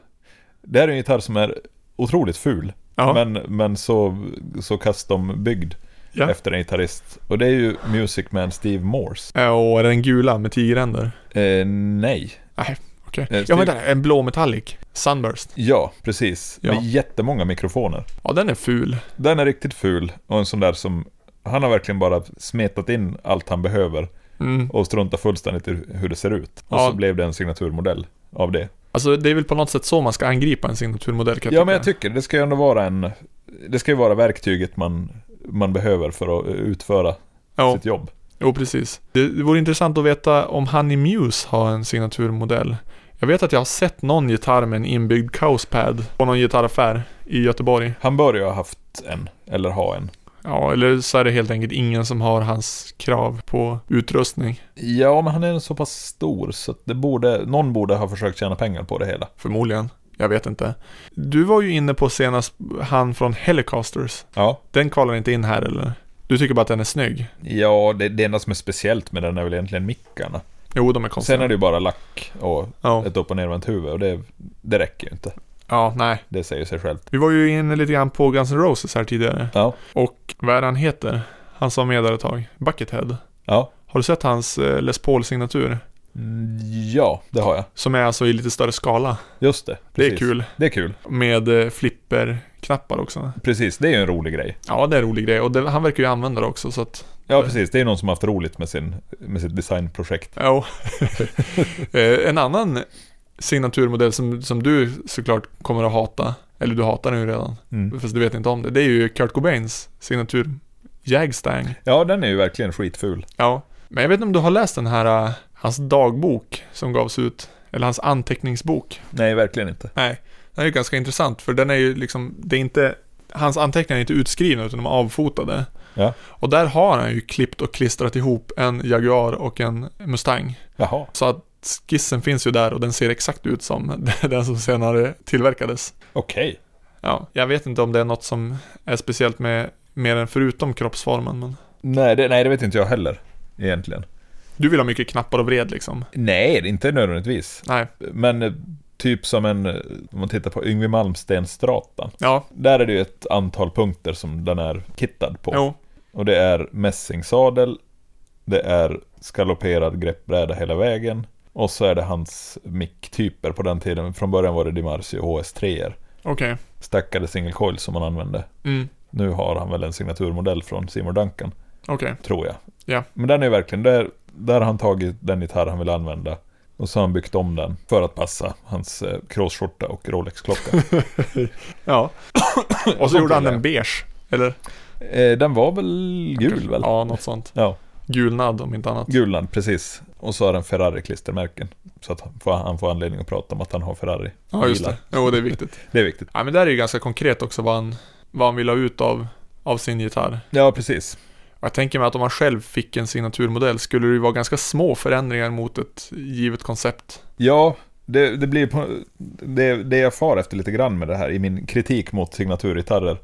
[SPEAKER 1] Det här är en gitarr som är otroligt ful,
[SPEAKER 2] Ja,
[SPEAKER 1] men, men så, så custom-byggd
[SPEAKER 2] ja.
[SPEAKER 1] efter en gitarrist. Och det är ju Music Man Steve Morse.
[SPEAKER 2] Eh, Och är den gula med tigeränder?
[SPEAKER 1] Eh, nej.
[SPEAKER 2] Okej.
[SPEAKER 1] Eh,
[SPEAKER 2] Ja,
[SPEAKER 1] Steve-
[SPEAKER 2] vänta, en blå metallic. Sunburst.
[SPEAKER 1] Ja, precis.
[SPEAKER 2] Ja.
[SPEAKER 1] Med jättemånga mikrofoner.
[SPEAKER 2] Ja, den är ful.
[SPEAKER 1] Den är riktigt ful och en sån där som... Han har verkligen bara smetat in allt han behöver
[SPEAKER 2] Mm.
[SPEAKER 1] och struntat fullständigt i hur det ser ut. Och
[SPEAKER 2] Ja.
[SPEAKER 1] så blev det en signaturmodell av det.
[SPEAKER 2] Alltså, det är väl på något sätt så man ska angripa en signaturmodell kan
[SPEAKER 1] Ja, men jag tycker det ska ju ändå vara en... Det ska ju vara verktyget man, man behöver för att utföra
[SPEAKER 2] Ja,
[SPEAKER 1] sitt jobb.
[SPEAKER 2] jo, precis. Det, det vore intressant att veta om Honey Muse har en signaturmodell. Jag vet att jag har sett någon gitarr med en inbyggd kaospad på någon gitarraffär i Göteborg.
[SPEAKER 1] Han bör ju ha haft en, eller ha en.
[SPEAKER 2] Ja, eller så är det helt enkelt ingen som har hans krav på utrustning.
[SPEAKER 1] Ja, men han är så pass stor så att det borde, någon borde ha försökt tjäna pengar på det hela.
[SPEAKER 2] Förmodligen. Jag vet inte. Du var ju inne på senast han från Helicasters.
[SPEAKER 1] Ja,
[SPEAKER 2] Den kvalar inte in här eller? Du tycker bara att den är snygg?
[SPEAKER 1] ja det, det enda som är speciellt med den är väl egentligen mickarna.
[SPEAKER 2] Jo, de är konstiga.
[SPEAKER 1] Sen är det ju bara lack och
[SPEAKER 2] Ja.
[SPEAKER 1] ett upp och nervänt huvud och det, det räcker ju inte.
[SPEAKER 2] ja, nej.
[SPEAKER 1] Det säger sig självt.
[SPEAKER 2] Vi var ju inne lite grann på Guns N' Roses här tidigare.
[SPEAKER 1] Ja,
[SPEAKER 2] Och vad är det han heter? Han som var med där ett tag. Buckethead.
[SPEAKER 1] ja.
[SPEAKER 2] Har du sett hans eh, Les Paul-signatur?
[SPEAKER 1] Mm, Ja, det har jag.
[SPEAKER 2] Som är alltså i lite större skala.
[SPEAKER 1] Just det.
[SPEAKER 2] Det är
[SPEAKER 1] precis.
[SPEAKER 2] kul.
[SPEAKER 1] Det är kul.
[SPEAKER 2] Med eh, flipperknappar också.
[SPEAKER 1] Precis, det är ju en rolig grej.
[SPEAKER 2] Ja, det är en rolig grej. Och det, han verkar ju använda det också, så att...
[SPEAKER 1] Ja, precis. Det är någon som har haft roligt med, sin, med sitt designprojekt.
[SPEAKER 2] Jo.
[SPEAKER 1] <laughs>
[SPEAKER 2] Eh, en annan signaturmodell som, som du såklart kommer att hata, eller du hatar den ju redan,
[SPEAKER 1] Mm.
[SPEAKER 2] fast du vet inte om det. Det är ju Kurt Cobains signatur Jagstang.
[SPEAKER 1] Ja, den är ju verkligen skitful.
[SPEAKER 2] Ja. Men jag vet inte om du har läst den här, eh, hans dagbok som gavs ut, eller hans anteckningsbok.
[SPEAKER 1] Nej, verkligen inte.
[SPEAKER 2] Nej, den är ju ganska intressant för den är ju liksom, det är inte, hans anteckningar är inte utskrivna utan de är avfotade.
[SPEAKER 1] Ja.
[SPEAKER 2] Och där har han ju klippt och klistrat ihop en Jaguar och en Mustang.
[SPEAKER 1] Jaha.
[SPEAKER 2] Så att skissen finns ju där och den ser exakt ut som <laughs> den som senare tillverkades.
[SPEAKER 1] Okej.
[SPEAKER 2] Ja, jag vet inte om det är något som är speciellt med mer än förutom kroppsformen men
[SPEAKER 1] Nej, det, nej, det vet inte jag heller. Egentligen.
[SPEAKER 2] du vill ha mycket knappar och vred liksom.
[SPEAKER 1] Nej, det är inte nödvändigtvis.
[SPEAKER 2] Nej,
[SPEAKER 1] Men eh, typ som en, eh, om man tittar på Yngwie Malmsteen-stratan.
[SPEAKER 2] ja,
[SPEAKER 1] Där är det ju ett antal punkter som den är kittad på.
[SPEAKER 2] jo,
[SPEAKER 1] Och det är mässingsadel, det är skaloperad greppbräda hela vägen och så är det hans micktyper på den tiden. Från början var det Dimarcio HS3-er.
[SPEAKER 2] okej.
[SPEAKER 1] Stackade single coil som han använde.
[SPEAKER 2] Mm,
[SPEAKER 1] Nu har han väl en signaturmodell från Seymour Duncan,
[SPEAKER 2] okej.
[SPEAKER 1] tror jag.
[SPEAKER 2] Ja.
[SPEAKER 1] Men den är verkligen, där, där har han tagit den gitarr han vill använda. Och så har han byggt om den för att passa hans eh, kråsskjorta och Rolex-klocka.
[SPEAKER 2] Ja. <laughs> och så
[SPEAKER 1] Sånt
[SPEAKER 2] gjorde han
[SPEAKER 1] gillar
[SPEAKER 2] den beige, eller?
[SPEAKER 1] eh, den var väl gul väl?
[SPEAKER 2] Ja, något sånt.
[SPEAKER 1] ja.
[SPEAKER 2] Gulnad om inte annat.
[SPEAKER 1] Gulan, precis. Och så har den Ferrari-klistermärken. Så att han får, han får anledning att prata om att han har Ferrari.
[SPEAKER 2] Ja, just det.
[SPEAKER 1] Bilar.
[SPEAKER 2] Jo, det är viktigt.
[SPEAKER 1] Det är viktigt.
[SPEAKER 2] Ja, men där är ju ganska konkret också vad han, vad han vill ha ut av, av sin gitarr.
[SPEAKER 1] Ja, precis.
[SPEAKER 2] Och Jag tänker mig att om han själv fick en signaturmodell skulle det ju vara ganska små förändringar mot ett givet koncept.
[SPEAKER 1] Ja, det, det blir på, det, det jag far efter lite grann med det här i min kritik mot signaturgitarrer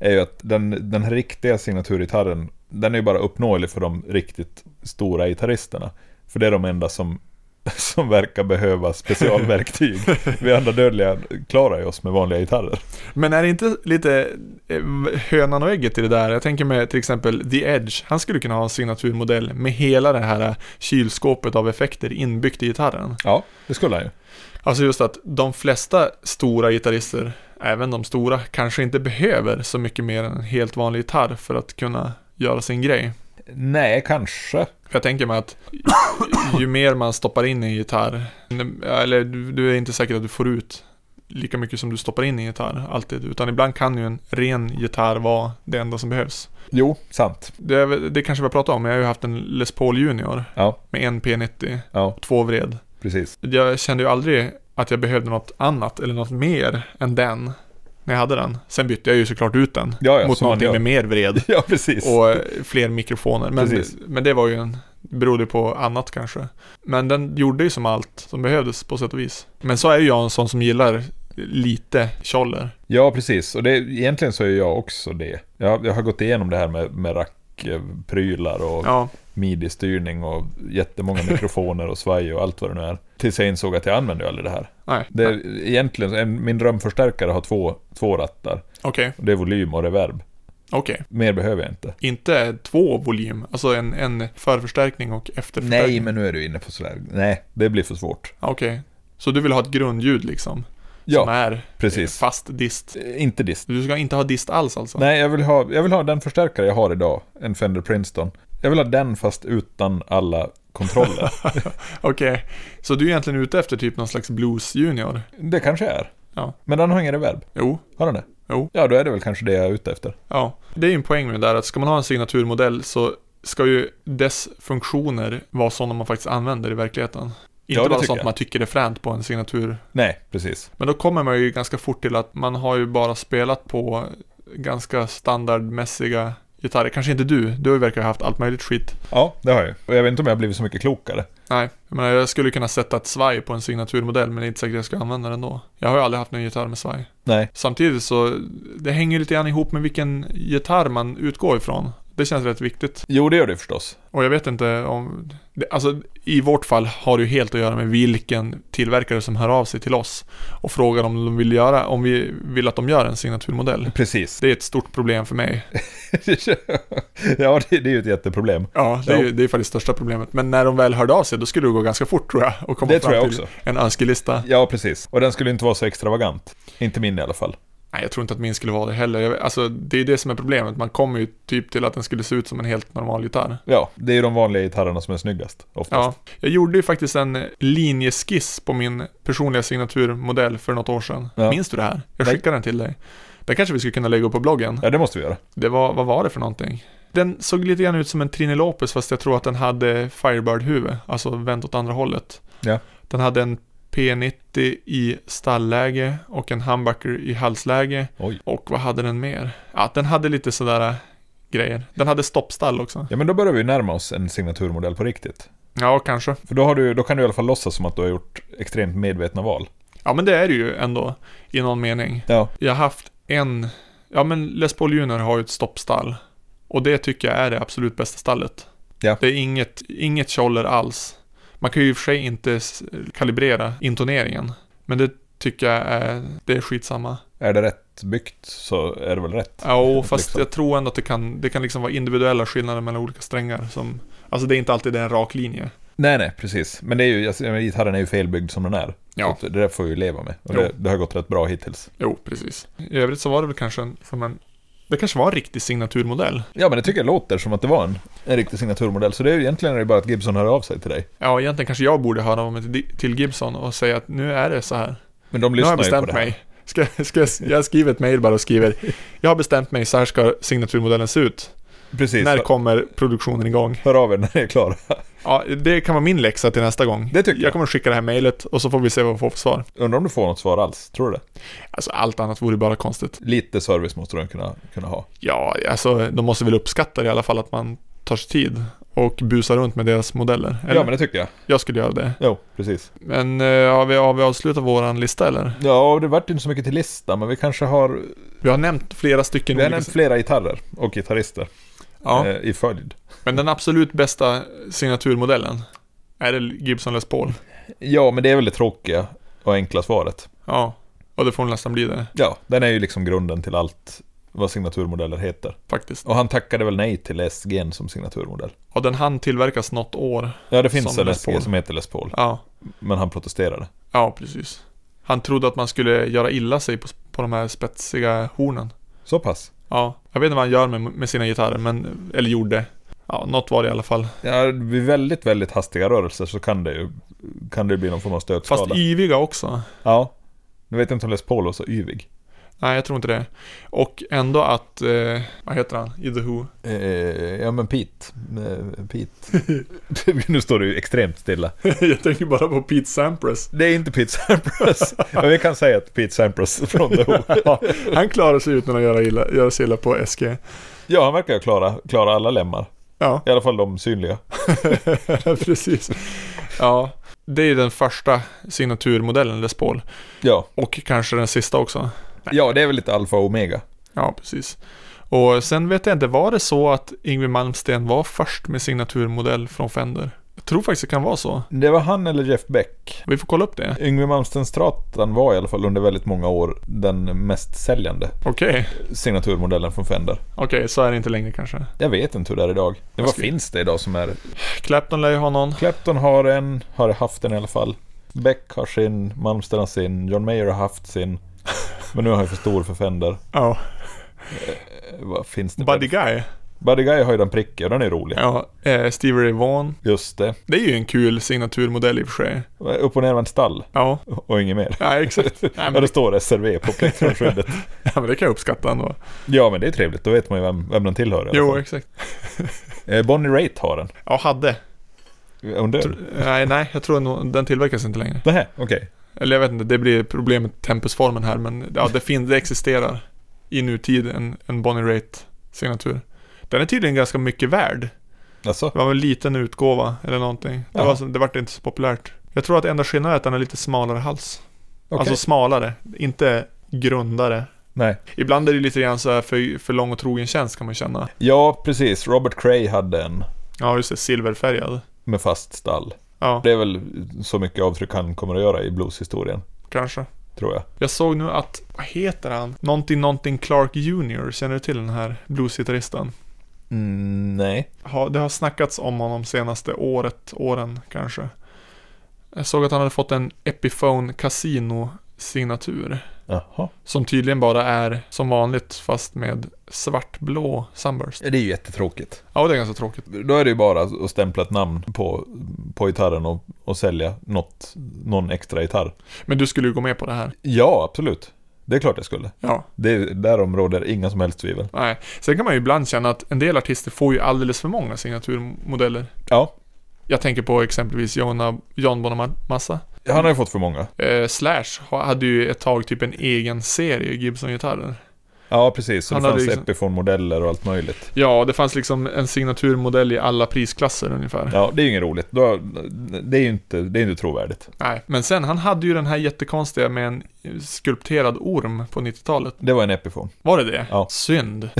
[SPEAKER 1] är ju att den, den här riktiga signaturgitarren, den är ju bara uppnåelig för de riktigt stora gitarristerna. För det är de enda som, <laughs> som verkar behöva <laughs> specialverktyg. Vi andra dödliga klarar ju oss med vanliga gitarrer.
[SPEAKER 2] Men är det inte lite eh, hönan och ägget i det där? Jag tänker mig till exempel The Edge. Han skulle kunna ha en signaturmodell med hela det här kylskåpet av effekter inbyggt i gitarren.
[SPEAKER 1] Ja, det skulle han ju.
[SPEAKER 2] Alltså just att de flesta stora gitarrister, även de stora, kanske inte behöver så mycket mer än en helt vanlig gitarr för att kunna göra sin grej.
[SPEAKER 1] Nej, kanske.
[SPEAKER 2] För jag tänker mig att ju mer man stoppar in i en gitarr, eller du, du är inte säker att du får ut lika mycket som du stoppar in i en gitarr alltid. Utan ibland kan ju en ren gitarr vara det enda som behövs.
[SPEAKER 1] Jo, sant.
[SPEAKER 2] Det, är väl- det kanske vi har pratat om, men jag har ju haft en Les Paul Junior
[SPEAKER 1] Ja,
[SPEAKER 2] med en P90,
[SPEAKER 1] ja.
[SPEAKER 2] två vred.
[SPEAKER 1] Precis.
[SPEAKER 2] Jag kände ju aldrig att jag behövde något annat eller något mer än den när jag hade den. Sen bytte jag ju såklart ut den
[SPEAKER 1] Ja, ja,
[SPEAKER 2] mot
[SPEAKER 1] som man
[SPEAKER 2] någonting
[SPEAKER 1] gör.
[SPEAKER 2] med mer vred
[SPEAKER 1] <laughs> Ja, precis.
[SPEAKER 2] och eh, fler mikrofoner. Men,
[SPEAKER 1] Precis.
[SPEAKER 2] men det var ju en, berodde på annat kanske. Men den gjorde ju som allt som behövdes på sätt och vis. Men så är ju jag en sån som gillar lite tjoller.
[SPEAKER 1] Ja, precis. Och det, egentligen så är jag också det. Jag, jag har gått igenom det här med, med rackprylar och
[SPEAKER 2] Ja,
[SPEAKER 1] midi-styrning och jättemånga mikrofoner och svaj och allt vad det nu är. Tills jag insåg att jag använder ju aldrig det här.
[SPEAKER 2] nej.
[SPEAKER 1] Det,
[SPEAKER 2] nej,
[SPEAKER 1] är- egentligen, en, min drömförstärkare har två, två rattar.
[SPEAKER 2] Okej,
[SPEAKER 1] Och det är volym och reverb.
[SPEAKER 2] okej.
[SPEAKER 1] Mer behöver jag inte.
[SPEAKER 2] Inte två volym, alltså en, en förförstärkning och efterförstärkning.
[SPEAKER 1] Nej, men nu är du inne på sådär. Nej, det blir för svårt.
[SPEAKER 2] Ja, Okej. Så du vill ha ett grundljud liksom? Som
[SPEAKER 1] Ja,
[SPEAKER 2] är
[SPEAKER 1] precis.
[SPEAKER 2] fast dist.
[SPEAKER 1] Inte dist.
[SPEAKER 2] Du ska inte ha dist alls alltså?
[SPEAKER 1] Nej, jag vill, ha, jag vill ha den förstärkare jag har idag, en Fender Princeton. Jag vill ha den fast utan alla
[SPEAKER 2] <laughs>
[SPEAKER 1] kontroller.
[SPEAKER 2] Okej. Så du är egentligen ute efter typ någon slags blues junior?
[SPEAKER 1] det kanske jag är.
[SPEAKER 2] Ja.
[SPEAKER 1] Men den har ingen reverb.
[SPEAKER 2] Jo.
[SPEAKER 1] Har den det?
[SPEAKER 2] Jo.
[SPEAKER 1] Ja, då är det väl kanske det jag är ute efter.
[SPEAKER 2] Ja. Det är ju en poäng med det där att ska man ha en signaturmodell så ska ju dess funktioner vara sådana man faktiskt använder i verkligheten. Inte
[SPEAKER 1] Ja, det
[SPEAKER 2] bara
[SPEAKER 1] tycker
[SPEAKER 2] sånt
[SPEAKER 1] jag.
[SPEAKER 2] man tycker är fränt på en signatur.
[SPEAKER 1] Nej, precis.
[SPEAKER 2] Men då kommer man ju ganska fort till att man har ju bara spelat på ganska standardmässiga gitarrer. Kanske inte du, du verkar ha haft allt möjligt skit.
[SPEAKER 1] Ja, det har jag ju. Och jag vet inte om jag har blivit så mycket klokare.
[SPEAKER 2] Nej, jag menar jag skulle kunna sätta ett svaj på en signaturmodell men det är inte säkert jag ska använda den då. Jag har ju aldrig haft någon gitarr med svaj.
[SPEAKER 1] Nej.
[SPEAKER 2] Samtidigt så, det hänger ju lite grann ihop med vilken gitarr man utgår ifrån. Det känns rätt viktigt.
[SPEAKER 1] Jo, det gör det förstås.
[SPEAKER 2] Och jag vet inte om... det- Alltså i vårt fall har det ju helt att göra med vilken tillverkare som hör av sig till oss och frågar om de vill göra, om vi vill att de gör en signaturmodell.
[SPEAKER 1] Precis. <laughs>
[SPEAKER 2] Det är ett stort problem för mig.
[SPEAKER 1] ja, det, det är ju ett jätteproblem.
[SPEAKER 2] Ja, det är, ju,
[SPEAKER 1] Ja.
[SPEAKER 2] det är faktiskt största problemet. Men när de väl hörde av sig, då skulle det gå ganska fort tror jag. Och komma
[SPEAKER 1] Det
[SPEAKER 2] fram
[SPEAKER 1] tror jag
[SPEAKER 2] till
[SPEAKER 1] också.
[SPEAKER 2] en önskelista.
[SPEAKER 1] Ja, precis. Och den skulle inte vara så extravagant. Inte min i alla fall.
[SPEAKER 2] Nej, jag tror inte att min skulle vara det heller. Jag, alltså, det är ju det som är problemet. Man kommer ju typ till att den skulle se ut som en helt normal gitarr.
[SPEAKER 1] Ja, det är ju de vanliga gitarrerna som är snyggast. Oftast.
[SPEAKER 2] Ja, jag gjorde ju faktiskt en linjeskiss på min personliga signaturmodell för något år sedan.
[SPEAKER 1] Ja.
[SPEAKER 2] Minns du det här? Jag
[SPEAKER 1] Nej.
[SPEAKER 2] skickade den till dig. Den kanske vi skulle kunna lägga upp på bloggen.
[SPEAKER 1] Ja. ja, det måste vi göra.
[SPEAKER 2] Det var, vad var det för någonting? Den såg lite grann ut som en Trinilopus fast jag tror att den hade Firebird-huvud, alltså vänt åt andra hållet.
[SPEAKER 1] Ja.
[SPEAKER 2] Den hade en P90 i stallläge och en humbucker i halsläge.
[SPEAKER 1] Oj.
[SPEAKER 2] Och vad hade den mer? Ja, den hade lite sådär äh, grejer. Den hade stoppstall också.
[SPEAKER 1] Ja, men då börjar vi ju närma oss en signaturmodell på riktigt.
[SPEAKER 2] Ja, kanske.
[SPEAKER 1] För då, har du, då kan du i alla fall låtsas som att du har gjort extremt medvetna val.
[SPEAKER 2] Ja, men det är det ju ändå i någon mening.
[SPEAKER 1] Ja.
[SPEAKER 2] Jag har haft en, ja men Les Paul Junior har ju ett stoppstall. Och det tycker jag är det absolut bästa stallet.
[SPEAKER 1] Ja.
[SPEAKER 2] Det är inget, inget tjoller alls. Man kan ju i och för sig inte s- kalibrera intoneringen. Men det tycker jag är, det är skitsamma.
[SPEAKER 1] Är det rätt byggt så är det väl rätt.
[SPEAKER 2] Ja, och fast
[SPEAKER 1] Liksom.
[SPEAKER 2] jag tror ändå att det kan, det kan liksom vara individuella skillnader mellan olika strängar som, alltså det är inte alltid en rak linje.
[SPEAKER 1] Nej, nej, precis. Men det är ju, alltså, jag menar, gitarren är ju felbyggd som den är.
[SPEAKER 2] Ja.
[SPEAKER 1] Så att det där får vi ju leva med. Och
[SPEAKER 2] Jo.
[SPEAKER 1] det, det har gått rätt bra hittills.
[SPEAKER 2] Jo, precis. I övrigt så var det väl kanske en, som en, det kanske var en riktig signaturmodell.
[SPEAKER 1] Ja, men det tycker jag låter som att det var en, en riktig signaturmodell. Så det är ju egentligen är det bara att Gibson hör av sig till dig.
[SPEAKER 2] Ja, egentligen kanske jag borde höra av mig till- till Gibson och säga att nu är det så här.
[SPEAKER 1] Men de
[SPEAKER 2] Nu har
[SPEAKER 1] lyssnar
[SPEAKER 2] jag
[SPEAKER 1] ju på
[SPEAKER 2] bestämt
[SPEAKER 1] det här.
[SPEAKER 2] mig. Ska, ska, jag- jag skriver ett mejl bara och skriver. Jag har bestämt mig, så här ska signaturmodellen se ut.
[SPEAKER 1] Precis.
[SPEAKER 2] När kommer produktionen igång?
[SPEAKER 1] Hör av er när ni är klara.
[SPEAKER 2] Ja, det kan vara min läxa till nästa gång.
[SPEAKER 1] Det tycker
[SPEAKER 2] Jag kommer skicka det här mejlet och så får vi se vad vi får för svar.
[SPEAKER 1] Undrar om du får något svar alls, tror du det?
[SPEAKER 2] Alltså allt annat vore bara konstigt.
[SPEAKER 1] Lite service måste de kunna, kunna ha.
[SPEAKER 2] Ja, alltså de måste väl uppskatta det i alla fall att man tar sig tid och busar runt med deras modeller. Eller?
[SPEAKER 1] Ja, men det tycker jag.
[SPEAKER 2] Jag skulle göra det.
[SPEAKER 1] Jo, precis.
[SPEAKER 2] Men eh, har vi, har vi avslutat våran lista eller?
[SPEAKER 1] Ja, och det vart inte så mycket till lista, men vi kanske har...
[SPEAKER 2] Vi har nämnt flera stycken
[SPEAKER 1] Vi har
[SPEAKER 2] olika-
[SPEAKER 1] nämnt flera gitarrer och gitarrister
[SPEAKER 2] ja.
[SPEAKER 1] eh, i följd.
[SPEAKER 2] Men den absolut bästa signaturmodellen är det Gibson Les Paul.
[SPEAKER 1] Ja, men det är väl det tråkiga och enkla svaret.
[SPEAKER 2] Ja, och det får nästan bli det
[SPEAKER 1] Ja, den är ju liksom grunden till allt vad signaturmodeller heter.
[SPEAKER 2] faktiskt.
[SPEAKER 1] Och han tackade väl nej till SG'n som signaturmodell.
[SPEAKER 2] Ja, den hann tillverkas något år.
[SPEAKER 1] Ja, det finns
[SPEAKER 2] Som
[SPEAKER 1] en
[SPEAKER 2] Les Paul.
[SPEAKER 1] SG som heter Les Paul,
[SPEAKER 2] Ja,
[SPEAKER 1] men han protesterade.
[SPEAKER 2] ja precis. Han trodde att man skulle göra illa sig på, på de här spetsiga hornen.
[SPEAKER 1] Så pass.
[SPEAKER 2] Ja, jag vet inte vad han gör med, med sina gitarrer, men, eller gjorde. Ja, något var det i alla fall.
[SPEAKER 1] Ja, vid väldigt, väldigt hastiga rörelser så kan det ju kan det bli någon form av
[SPEAKER 2] Fast
[SPEAKER 1] stötskada.
[SPEAKER 2] yviga också.
[SPEAKER 1] Ja. Nu vet jag inte om Les Paul var så yvig.
[SPEAKER 2] Nej, jag tror inte det. Och ändå att, eh, vad heter han, i The Who?
[SPEAKER 1] Eh, ja men Pete. Eh, Pete. <laughs> nu står det ju extremt stilla.
[SPEAKER 2] <laughs> jag tänker bara på Pete Sampras.
[SPEAKER 1] Det är inte Pete Sampras. Men vi kan säga att Pete Sampras från The Who.
[SPEAKER 2] Ja, han klarar sig utan att göra, illa, göra sig illa på SG.
[SPEAKER 1] Ja, han verkar ju klara, klara alla lemmar.
[SPEAKER 2] Ja.
[SPEAKER 1] I alla fall de synliga.
[SPEAKER 2] <laughs> Precis. Ja, det är den första signaturmodellen Les Paul.
[SPEAKER 1] Ja.
[SPEAKER 2] Och kanske den sista också.
[SPEAKER 1] ja, det är väl lite alfa och omega.
[SPEAKER 2] Ja, precis. Och sen vet jag inte, var det så att Yngwie Malmsteen var först med signaturmodell från Fender? Jag tror faktiskt det kan vara så.
[SPEAKER 1] Det var han eller Jeff Beck.
[SPEAKER 2] Vi får kolla upp det.
[SPEAKER 1] Yngwie Malmsteen-stratan var i alla fall under väldigt många år den mest säljande
[SPEAKER 2] Okej,
[SPEAKER 1] signaturmodellen från Fender.
[SPEAKER 2] okej, så är det inte längre kanske.
[SPEAKER 1] Jag vet inte hur det är idag. Men vad
[SPEAKER 2] ska-
[SPEAKER 1] finns det idag som är
[SPEAKER 2] Clapton lär ju ha någon.
[SPEAKER 1] Clapton har en, har haft en i alla fall. Beck har sin, Malmsteen har sin, John Mayer har haft sin. Men nu har jag för stor för Fender.
[SPEAKER 2] Ja,
[SPEAKER 1] Eh, Vad finns det?
[SPEAKER 2] Buddy Guy.
[SPEAKER 1] Buddy Guy har ju den prickiga och den är rolig.
[SPEAKER 2] Ja, eh, Stevie Ray Vaughan.
[SPEAKER 1] Just det.
[SPEAKER 2] Det är ju en kul signaturmodell i och för sig.
[SPEAKER 1] Upp och nervänt stall
[SPEAKER 2] Ja,
[SPEAKER 1] och inget mer.
[SPEAKER 2] ja
[SPEAKER 1] <laughs>
[SPEAKER 2] exakt. Nej,
[SPEAKER 1] Ja,
[SPEAKER 2] men,
[SPEAKER 1] det står SRV på <laughs> plektrumskyddet.
[SPEAKER 2] ja, men det kan jag uppskatta ändå.
[SPEAKER 1] Ja, men det är trevligt. Då vet man ju vem, vem den tillhör i alla
[SPEAKER 2] Jo,
[SPEAKER 1] fall.
[SPEAKER 2] exakt.
[SPEAKER 1] Eh, Bonnie Raitt har den.
[SPEAKER 2] Ja, hade.
[SPEAKER 1] Är hon död?
[SPEAKER 2] Tr- Nej, nej, jag tror nog den tillverkas inte längre.
[SPEAKER 1] Nähä, okej.
[SPEAKER 2] Eller jag vet inte, det blir problem med tempusformen här men ja, det, fin- det existerar i nutid en, en Bonnie Raitt signatur. Den är tydligen ganska mycket värd.
[SPEAKER 1] Alltså,
[SPEAKER 2] Det var väl en liten utgåva eller någonting. Det,
[SPEAKER 1] Ja.
[SPEAKER 2] var, så- det vart inte så populärt. Jag tror att enda skillnaden är att den har lite Alltså smalare hals.
[SPEAKER 1] okej.
[SPEAKER 2] Alltså smalare, inte grundare.
[SPEAKER 1] Nej.
[SPEAKER 2] Ibland är det lite grann så här för, för lång och trogen tjänst kan man känna.
[SPEAKER 1] Ja, precis. Robert Cray hade en
[SPEAKER 2] Ja, just det. Silverfärgad.
[SPEAKER 1] med fast stall.
[SPEAKER 2] Ja,
[SPEAKER 1] Det är väl så mycket avtryck han kommer att göra i blueshistorien,
[SPEAKER 2] kanske.
[SPEAKER 1] tror jag.
[SPEAKER 2] Jag såg nu att, vad heter han? Någonting, någonting Clark Jr. Känner du till den här bluesgitarristen?
[SPEAKER 1] Mm, nej.
[SPEAKER 2] Ja, det har snackats om honom senaste året, åren kanske. Jag såg att han hade fått en Epiphone Casino-signatur.
[SPEAKER 1] Jaha.
[SPEAKER 2] Som tydligen bara är som vanligt fast med svartblå Sunburst.
[SPEAKER 1] Det är ju jättetråkigt.
[SPEAKER 2] Ja, det är ganska tråkigt.
[SPEAKER 1] Då är det ju bara att stämpla ett namn på, på gitarren och, och sälja något, någon extra gitarr.
[SPEAKER 2] Men du skulle ju gå med på det här.
[SPEAKER 1] Ja, absolut. Det är klart jag skulle.
[SPEAKER 2] Ja,
[SPEAKER 1] Det, därom råder inga som helst tvivel.
[SPEAKER 2] nej. Sen kan man ju ibland känna att en del artister får ju alldeles för många signaturmodeller.
[SPEAKER 1] Ja,
[SPEAKER 2] Jag tänker på exempelvis Jonna, John Bonamassa.
[SPEAKER 1] han har ju fått för många.
[SPEAKER 2] Eh, Slash ha- hade ju ett tag typ en egen serie Gibson-gitarrer.
[SPEAKER 1] Ja, precis. Så
[SPEAKER 2] Han
[SPEAKER 1] det
[SPEAKER 2] hade
[SPEAKER 1] fanns
[SPEAKER 2] liksom-
[SPEAKER 1] Epiphone-modeller och allt möjligt.
[SPEAKER 2] Ja, det fanns liksom en signaturmodell i alla prisklasser ungefär.
[SPEAKER 1] Ja, det är ju inget roligt. Då, det är ju inte, det är inte trovärdigt.
[SPEAKER 2] Nej, men sen han hade ju den här jättekonstiga med en skulpterad orm på 90-talet.
[SPEAKER 1] Det var en Epiphone.
[SPEAKER 2] Var det det?
[SPEAKER 1] Ja.
[SPEAKER 2] <laughs> Synd.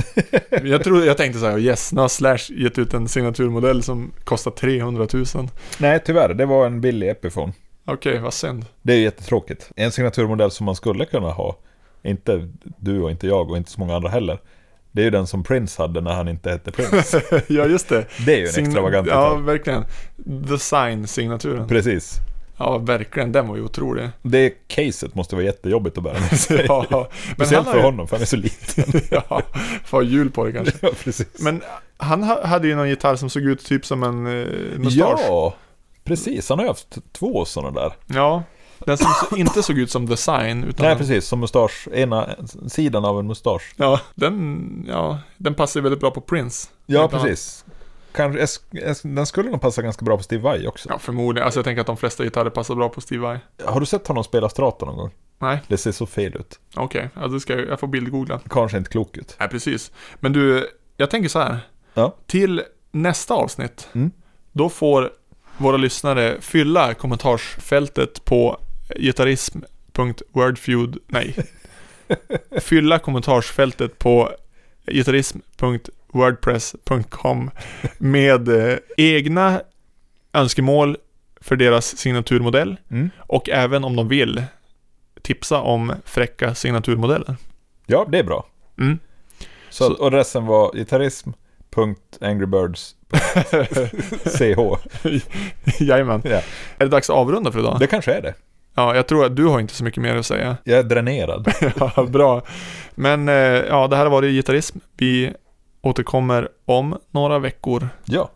[SPEAKER 2] Jag, trodde, jag tänkte så här, yes, nu har Slash gett ut en signaturmodell som kostar 300 000. Okej,
[SPEAKER 1] Nej, tyvärr. Det var en billig Epiphone.
[SPEAKER 2] vad synd.
[SPEAKER 1] Det är ju jättetråkigt. En signaturmodell som man skulle kunna ha, inte du och inte jag och inte så många andra heller, det är ju den som Prince hade när han inte hette Prince.
[SPEAKER 2] <laughs> ja, just det.
[SPEAKER 1] Det är ju en
[SPEAKER 2] Sign-
[SPEAKER 1] extravagant
[SPEAKER 2] Ja,
[SPEAKER 1] gitarr.
[SPEAKER 2] verkligen. The Sign-signaturen.
[SPEAKER 1] Precis.
[SPEAKER 2] Ja, verkligen. Den var ju otrolig. <laughs>
[SPEAKER 1] Det caset måste vara jättejobbigt <laughs> att bära med sig.
[SPEAKER 2] ja, men han
[SPEAKER 1] Speciellt
[SPEAKER 2] har
[SPEAKER 1] för
[SPEAKER 2] ju-
[SPEAKER 1] honom, för han är så liten.
[SPEAKER 2] <laughs> ja, får jul på det kanske.
[SPEAKER 1] <laughs> ja, precis.
[SPEAKER 2] Men han ha- hade ju någon gitarr som såg ut typ som en eh, mustasch.
[SPEAKER 1] ja, precis. Han har ju haft två sådana där.
[SPEAKER 2] ja. Den som så- inte såg ut som The Sign, utan...
[SPEAKER 1] Nej,
[SPEAKER 2] den-
[SPEAKER 1] precis. Som mustasch. Ena sidan av en mustasch.
[SPEAKER 2] Ja, den, ja, den passar ju väldigt bra på Prince.
[SPEAKER 1] Ja,
[SPEAKER 2] Utan-
[SPEAKER 1] precis. Kanske, es- es- den skulle nog passa ganska bra på Steve Vai också.
[SPEAKER 2] Ja, förmodligen. Alltså jag tänker att de flesta gitarrer passar bra på Steve Vai.
[SPEAKER 1] Har du sett honom spela Strata någon gång?
[SPEAKER 2] Nej.
[SPEAKER 1] Det ser så fel ut.
[SPEAKER 2] Okej, ja, då ska jag, jag får bildgoogla.
[SPEAKER 1] Kanske inte klok ut.
[SPEAKER 2] Nej, precis. Men du, jag tänker så här.
[SPEAKER 1] Ja.
[SPEAKER 2] Till nästa avsnitt,
[SPEAKER 1] Mm.
[SPEAKER 2] då får våra lyssnare fylla kommentarsfältet på gitarrism.wordfeud...
[SPEAKER 1] <laughs>
[SPEAKER 2] Nej. fylla kommentarsfältet på gitarrism.wordpress.com med eh, egna önskemål för deras signaturmodell
[SPEAKER 1] Mm.
[SPEAKER 2] och även om de vill tipsa om fräcka signaturmodeller.
[SPEAKER 1] Ja, det är bra.
[SPEAKER 2] Mm.
[SPEAKER 1] <laughs> Så,
[SPEAKER 2] Så-
[SPEAKER 1] att- Och resten var gitarrism.angrybirds.ch. <laughs>
[SPEAKER 2] <laughs> Jajamän.
[SPEAKER 1] Ja.
[SPEAKER 2] Är det dags att avrunda för idag?
[SPEAKER 1] Det kanske är det.
[SPEAKER 2] Ja, jag tror att du har inte så mycket mer att säga.
[SPEAKER 1] Jag är <laughs> dränerad.
[SPEAKER 2] ja, bra. Men eh, ja, det här har varit Gitarrism. Vi återkommer om några veckor.
[SPEAKER 1] Ja,